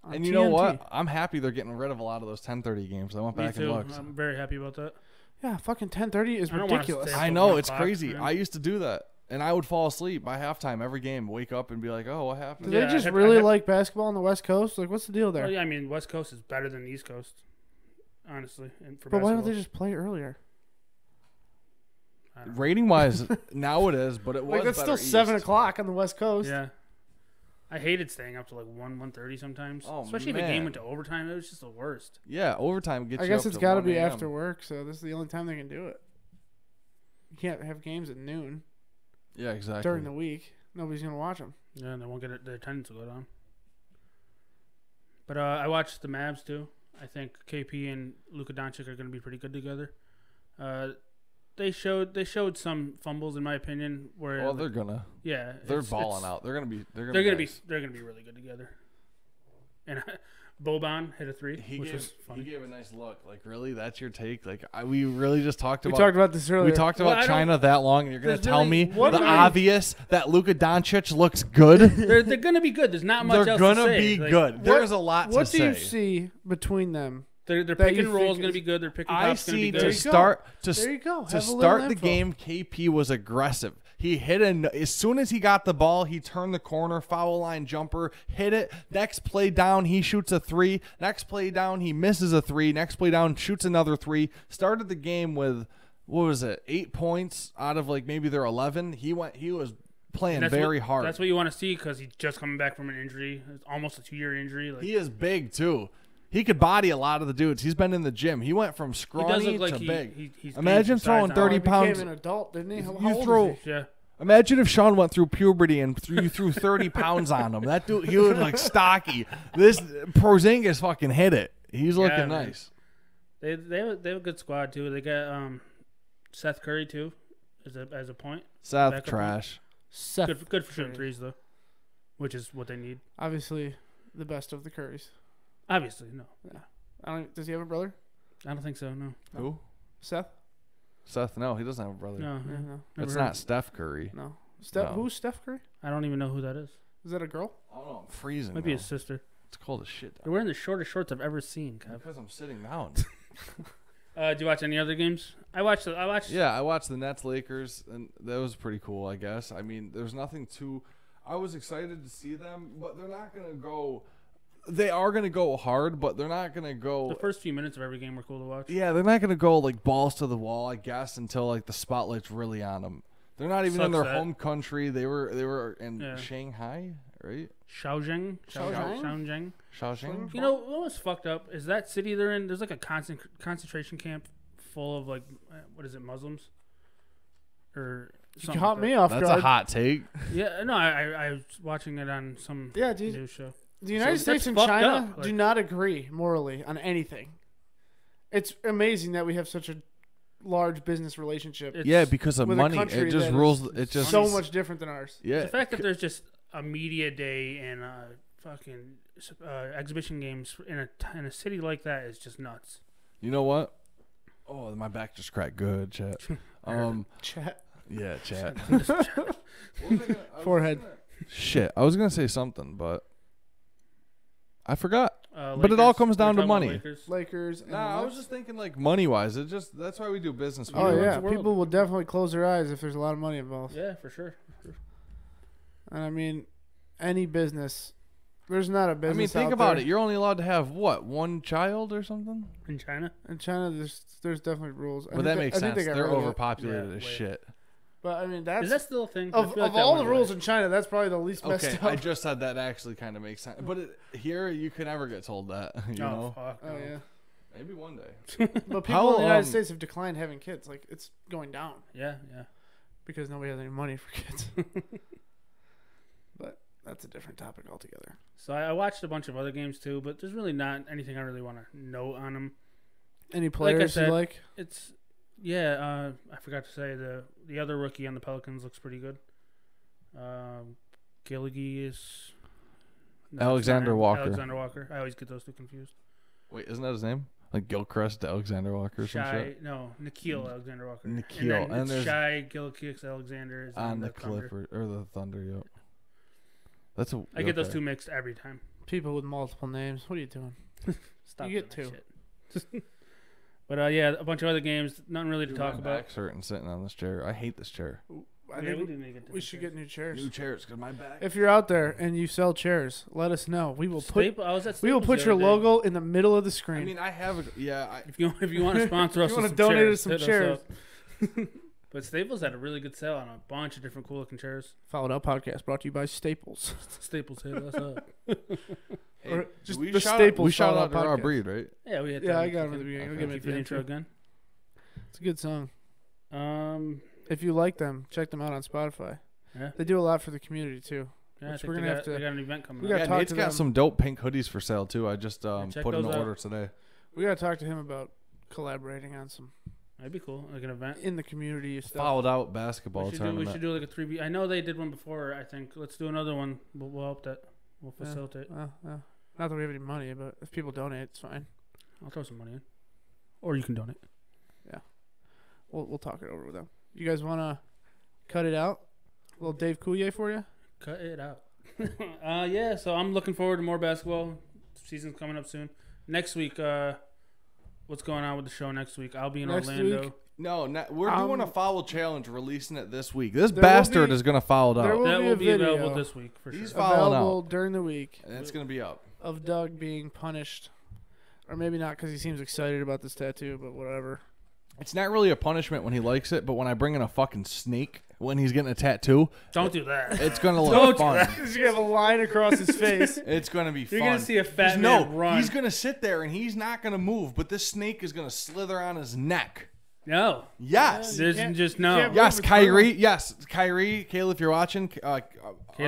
On
And you know what?
TNT.
I'm happy they're getting rid of a lot of those 10:30 games. I went
Me
back and
too.
looked.
I'm very happy about that.
Yeah, fucking 10:30 is
I don't wanna
ridiculous.
stay up
I
till
know
one
it's
o'clock,
crazy.
man.
I used to do that, and I would fall asleep by halftime every game. Wake up and be like, "Oh, what
Do
happened?"
Yeah, I
they just
had- I
really
had-
like basketball on the West Coast? Like, what's the deal there?
Well, yeah, I mean, West Coast is better than the East Coast, honestly. And for
but why don't
basketball.
they just play earlier?
Yeah.
Rating wise, now it is, but it was
Like that's still
better
seven
East.
o'clock on the West Coast.
Yeah. I hated staying up to like one, one thirty sometimes.
Oh,
Especially if a game
man.
went to overtime, it was just the worst.
Yeah, overtime gets.
I
you
guess
up
it's
to
got to
1
be
a.m.
after work, so this is the only time they can do it. You can't have games at noon
Yeah, exactly.
during the week. Nobody's gonna watch them.
Yeah, and they won't get it. Their attendance will go down. But uh, I watched the Mavs too. I think KP and Luka Doncic are going to be pretty good together. Uh, they showed they showed some fumbles in my opinion. Where
well,
like,
they're gonna.
yeah,
They're
it's-
balling
it's-
out. They're gonna be. They're gonna.
They're gonna be
nice.
they're gonna be really good together. And Boban hit a three,
He
which
gave,
was funny.
he gave a nice look. Like, really, that's your take? Like, I, we really just talked
We
about.
talked about this earlier.
We talked
Well,
about
I don't-
China that long, and you're gonna
There's
tell
really-
me
what
the
do I-
obvious that Luka Doncic looks good.
they're, they're gonna be good. There's not much
They're
else
gonna
to say.
be
Like,
good. There's a lot
What
to
do
say.
you see between them?
Thetheir, their
That
pick
you
and roll
think
is gonna
is-
be good. Their pick and
I
pop's gonna be
see
good.
to
you go.
start to
There you go.
to
Have a little
start the
info.
game. KP was aggressive. He hit an as soon as he got the ball, he turned the corner, foul line jumper, hit it. Next play down, he shoots a three. Next play down, he misses a three. Next play down, shoots another three. Started the game with what was it? Eight points out of like maybe their eleven. He went. He was playing
That's
very
what,
hard.
That's what you want to see because he's just coming back from an injury, It's almost a two-year injury. Like
he is big too. He could body a lot of the dudes. He's been in the gym. He went from scrawny
look like
to
he-
big.
he- he's gained
Imagine
some size
throwing
now.
He
thirty
became
pounds.
an adult, didn't he? How, how old
You
is
throw
he?
yeah,
Imagine if Sean went through puberty and threw, you threw 30 pounds on him. That dude, he would like stocky. This Porzingis fucking hit it. He's looking
man.
nice.
they they have, a- they have a good squad too. They got um, Seth Curry too, as a as a point.
South
Backup
trash.
Seth
Good for, good for shooting
Curry.
threes though, which is what they need.
Obviously, the best of the Currys.
Obviously, no,
I don't, does he have a brother?
I don't think so. No,
Who?
Seth?
Seth? No, he doesn't have a brother.
no,
No, no,
It's
never
not Steph Curry.
no. Steph,
No.
who's Steph Curry?
I don't even know who that is.
Is that a girl?
I don't know. I'm freezing.
Might be
though.
his sister.
It's cold as shit. down
You're wearing the shortest shorts I've ever seen,
here.
Kev.
Because I'm sitting down.
Uh, do you watch any other games? I watched. I watched.
yeah, I watched the Nets Lakers, and that was pretty cool. I guess. I mean, there's nothing too. I was excited to see them, but they're not gonna go. They are gonna go hard, but they're not gonna go.
The first few minutes of every game were cool to watch.
Yeah, they're not gonna go like balls to the wall, I guess, until like the spotlight's really on them. They're not even in
Sucks
their
that.
home country. They were they were in
Yeah.
Shanghai, right?
Shaozheng.
Shaozheng?
Shaozheng.
Shaoxing.
You know what was fucked up is that city they're in. There's like a concent- concentration camp full of like uh, what is it Muslims or
You
something
caught
like
me off
That's a
guard.
hot take.
that. Yeah, no, I, I I was watching it on some
yeah, dude.
news show.
The United
So that's
States and
fucked
China
up, like-
do not agree morally on anything. It's amazing that we have such a large business relationship.
It's-
Yeah, because of
With a
money,
country
it just
that
rules. It just
so much different than ours.
Yeah,
the fact that there's just a media day and a fucking uh, exhibition games in a t- in a city like that is just nuts.
you know what? Oh, my back just cracked. Good chat. Um,
Chat.
yeah, chat.
Forehead.
Shit, I was gonna say something, but I forgot.
Uh,
But it all
Lakers,
comes
we're
down to
talking about
money.
Lakers.
Lakers. And
Nah, I
what?
was just thinking like money wise. It just that's why we do business. We
Oh
do it.
yeah,
the world.
people will definitely close their eyes if there's a lot of money involved.
Yeah, for sure.
And I mean, any business, there's not a
I
business.
mean, think about it. You're only allowed to have what one child or something.
In China,
In China, there's there's definitely rules. I
Well,
think
that
they-
makes
I think
sense.
they got
They're
rid of it.
overpopulated
Yeah,
as
wait.
shit.
But I mean, that's
is that still a thing? I
of,
feel like
of
that
all
went
the rules
away.
in China, that's probably the least
Okay,
messed up.
I just said that actually kind of makes sense. But it, here, you could never get told that. You
oh
know,
fuck!
oh
no.
yeah,
maybe one day.
but people
How,
in the United
um,
States have declined having kids. Like it's going down
yeah, yeah.
because nobody has any money for kids. but that's a different topic altogether.
So I, I watched a bunch of other games too, but there's really not anything I really want to know on them.
Any
I
players
said-
you like?
It's yeah, uh, I forgot to say the the other rookie on the Pelicans looks pretty good. Um, Gilligy is no, it's not
Alexander
him.
Walker.
Alexander Walker. I always get those two confused.
Wait, isn't that his name? Like Gilchrist, Alexander Walker, or some
Shy
shit. Mm.
no Nikhil Alexander Walker.
Nikhil,
and, then
and there's-
it's Shy Gilkix Alexander is
On the,
Thunder.
Clipper or the Thunder. Yep. That's a.
I get those
okay.
two mixed every time.
People with multiple names. What are you doing?
Stop
You get
doing that shit. but uh, yeah, a bunch of other games. Nothing really to
Dude,
talk
my
about.
back's hurting sitting on this chair. I hate this chair.
I
Yeah,
think
we
we,
do need to get
we
different
should
chairs.
get new chairs.
New chairs, cause my back.
If you're out there and you sell chairs, let us know. We will put
Staple- I was at
we will
Staples
put
the
your
other day.
logo in the middle of the
I
screen.
mean, I have. A, yeah, I,
If you if you want to sponsor
If
us,
you
want
wanna
to
donate
chairs,
us some
hit
chairs.
up. but Staples had a really good sale on a bunch of different cool looking chairs.
Followed up podcast brought to you by Staples.
Staples hit us up.
hey,
Or
do
just
we
the
shout Out,
staple
we shout
follow-up
out to our
podcast.
breed, right?
Yeah, we had.
Yeah,
that.
I got him at the beginning. I'll give him
Keep
at
the
the
intro again.
It's a good song.
Um,
If you like them, check them out on Spotify.
Yeah.
They do a lot for the community too.
yeah, I
Which
think
we're
they
gonna
got,
have to-
They got an event coming
we gotta
Yeah,
up.
talk
Nate's
to
got
them.
some dope pink hoodies for sale too. I just um,
check
put in
those
an
out.
order today.
We gotta talk to him about collaborating on some
That'd be cool, like an event.
in the community stuff.
Fouled out basketball
We should, do, we
tournament.
should do like a three B. I know they did one before. I think let's do another one. We'll, we'll help that. We'll
Yeah.
facilitate.
Uh, uh, not that we have any money, but if people donate, it's fine.
I'll throw some money in, or you can donate.
We'll we'll talk it over with them. You guys wanna cut it out? A little Dave Coulier for you.
Cut it out. uh, yeah, so I'm looking forward to more basketball. Season's coming up soon. Next week, uh, what's going on with the show next week? I'll be in
Next
Orlando.
week,
no, not, we're
Um,
doing a foul challenge, releasing it this week. This
There will
bastard
be-
is gonna foul
there
out,
will
that
be
will
a
be
video
available this week for
He's
sure.
Follow now.
available during the week
and it's gonna be up.
of Doug being punished, or maybe not because he seems excited about this tattoo, but whatever.
It's not really a punishment when he likes it, but when I bring in a fucking snake when he's getting a tattoo,
Don't do that.
it's gonna
Don't
look
do
fun.
that.
He's gonna have a line across his face.
It's gonna be fun.
You're gonna see a fat
no,
man run.
he's gonna sit there and he's not gonna move, but this snake is gonna slither on his neck.
no,
Yes.
there's
can't-
just
you
no.
can't-
Yes,
Move is
Kyrie. Yes, Kyrie. Kayla, if you're watching, uh,
Kayla,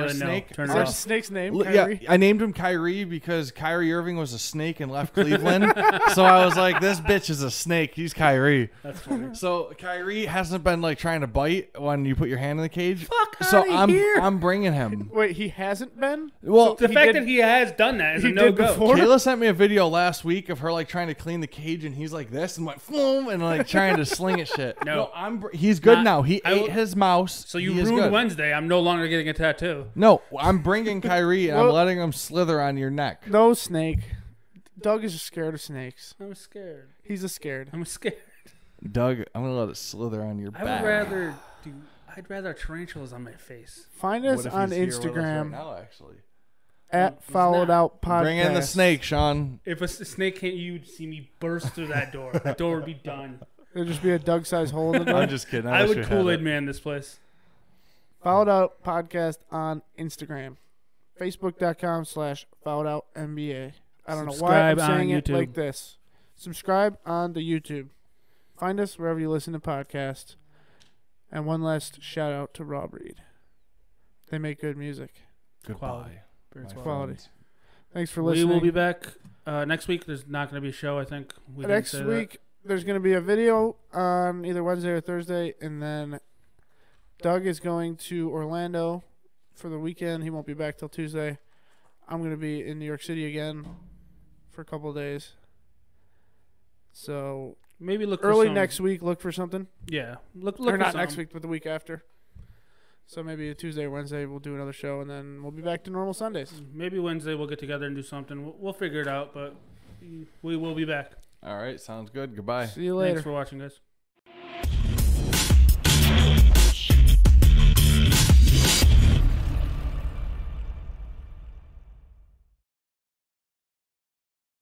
our
no.
snake.
Turn
Is
our
that
around.
the snake's name?
L-
Kyrie?
Yeah, I named him Kyrie because Kyrie Irving was a snake and left Cleveland. so I was like, this bitch is a snake. He's Kyrie.
That's funny.
So Kyrie hasn't been like trying to bite when you put your hand in the cage.
Fuck
so
outta
I'm
here.
I'm bringing him.
Wait, he hasn't been?
Well,
The
He
fact
did-
that he has done that is a
he
no
did
go.
before?
Kayla sent me a video last week of her like trying to clean the cage and he's like this and like boom and like trying to just sling at shit.
No.
I'm. br- He's good
Not-
now. He
I
ate
will-
his mouse.
So you
He is
ruined
good.
Wednesday. I'm no longer getting a tattoo.
No, I'm bringing Kyrie and I'm
Well-
letting him slither on your neck.
No snake. Doug is scared of snakes.
I'm scared.
He's a scared.
I'm scared.
Doug, I'm gonna let it slither on your
I
back.
would rather do. I'd rather tarantulas on my face.
Find
What
us
if
on
he's here with us right
Instagram
now, actually.
at
He's
Followed
not.
Out Podcast.
Bring in the snake, Sean.
If a s- snake hit you, you'd see me burst through that door. That door would be done.
There'd just be a Doug sized hole in the door.
I'm just kidding.
I,
wish we
would
had
Kool
it.
Aid man this place.
Fouled Out Podcast on Instagram. Facebook.com slash Fouled Out NBA. I don't know why I'm
Subscribe on
saying it
YouTube.
like this. Subscribe on the YouTube. Find us wherever you listen to podcasts. And one last shout out to Rob Reed. They make good music.
Goodbye.
Quality.
my
Quality.
friends.
Thanks for
We
listening.
will be back uh, next week. There's not going to be a show. I think we didn't
Next
say that.
week, there's going to be a video on either Wednesday or Thursday. And then Doug is going to Orlando for the weekend. He won't be back till Tuesday. I'm going to be in New York City again for a couple of days. So
Maybe look for
early
some-
next week, look for something.
Yeah, look look
or
for
not
some.
next week, but the week after. So maybe Tuesday or Wednesday we'll do another show, and then we'll be back to normal Sundays.
Maybe Wednesday we'll get together and do something. We'll, we'll figure it out, but we will be back.
All right, sounds good. Goodbye.
See you later.
Thanks for watching, guys.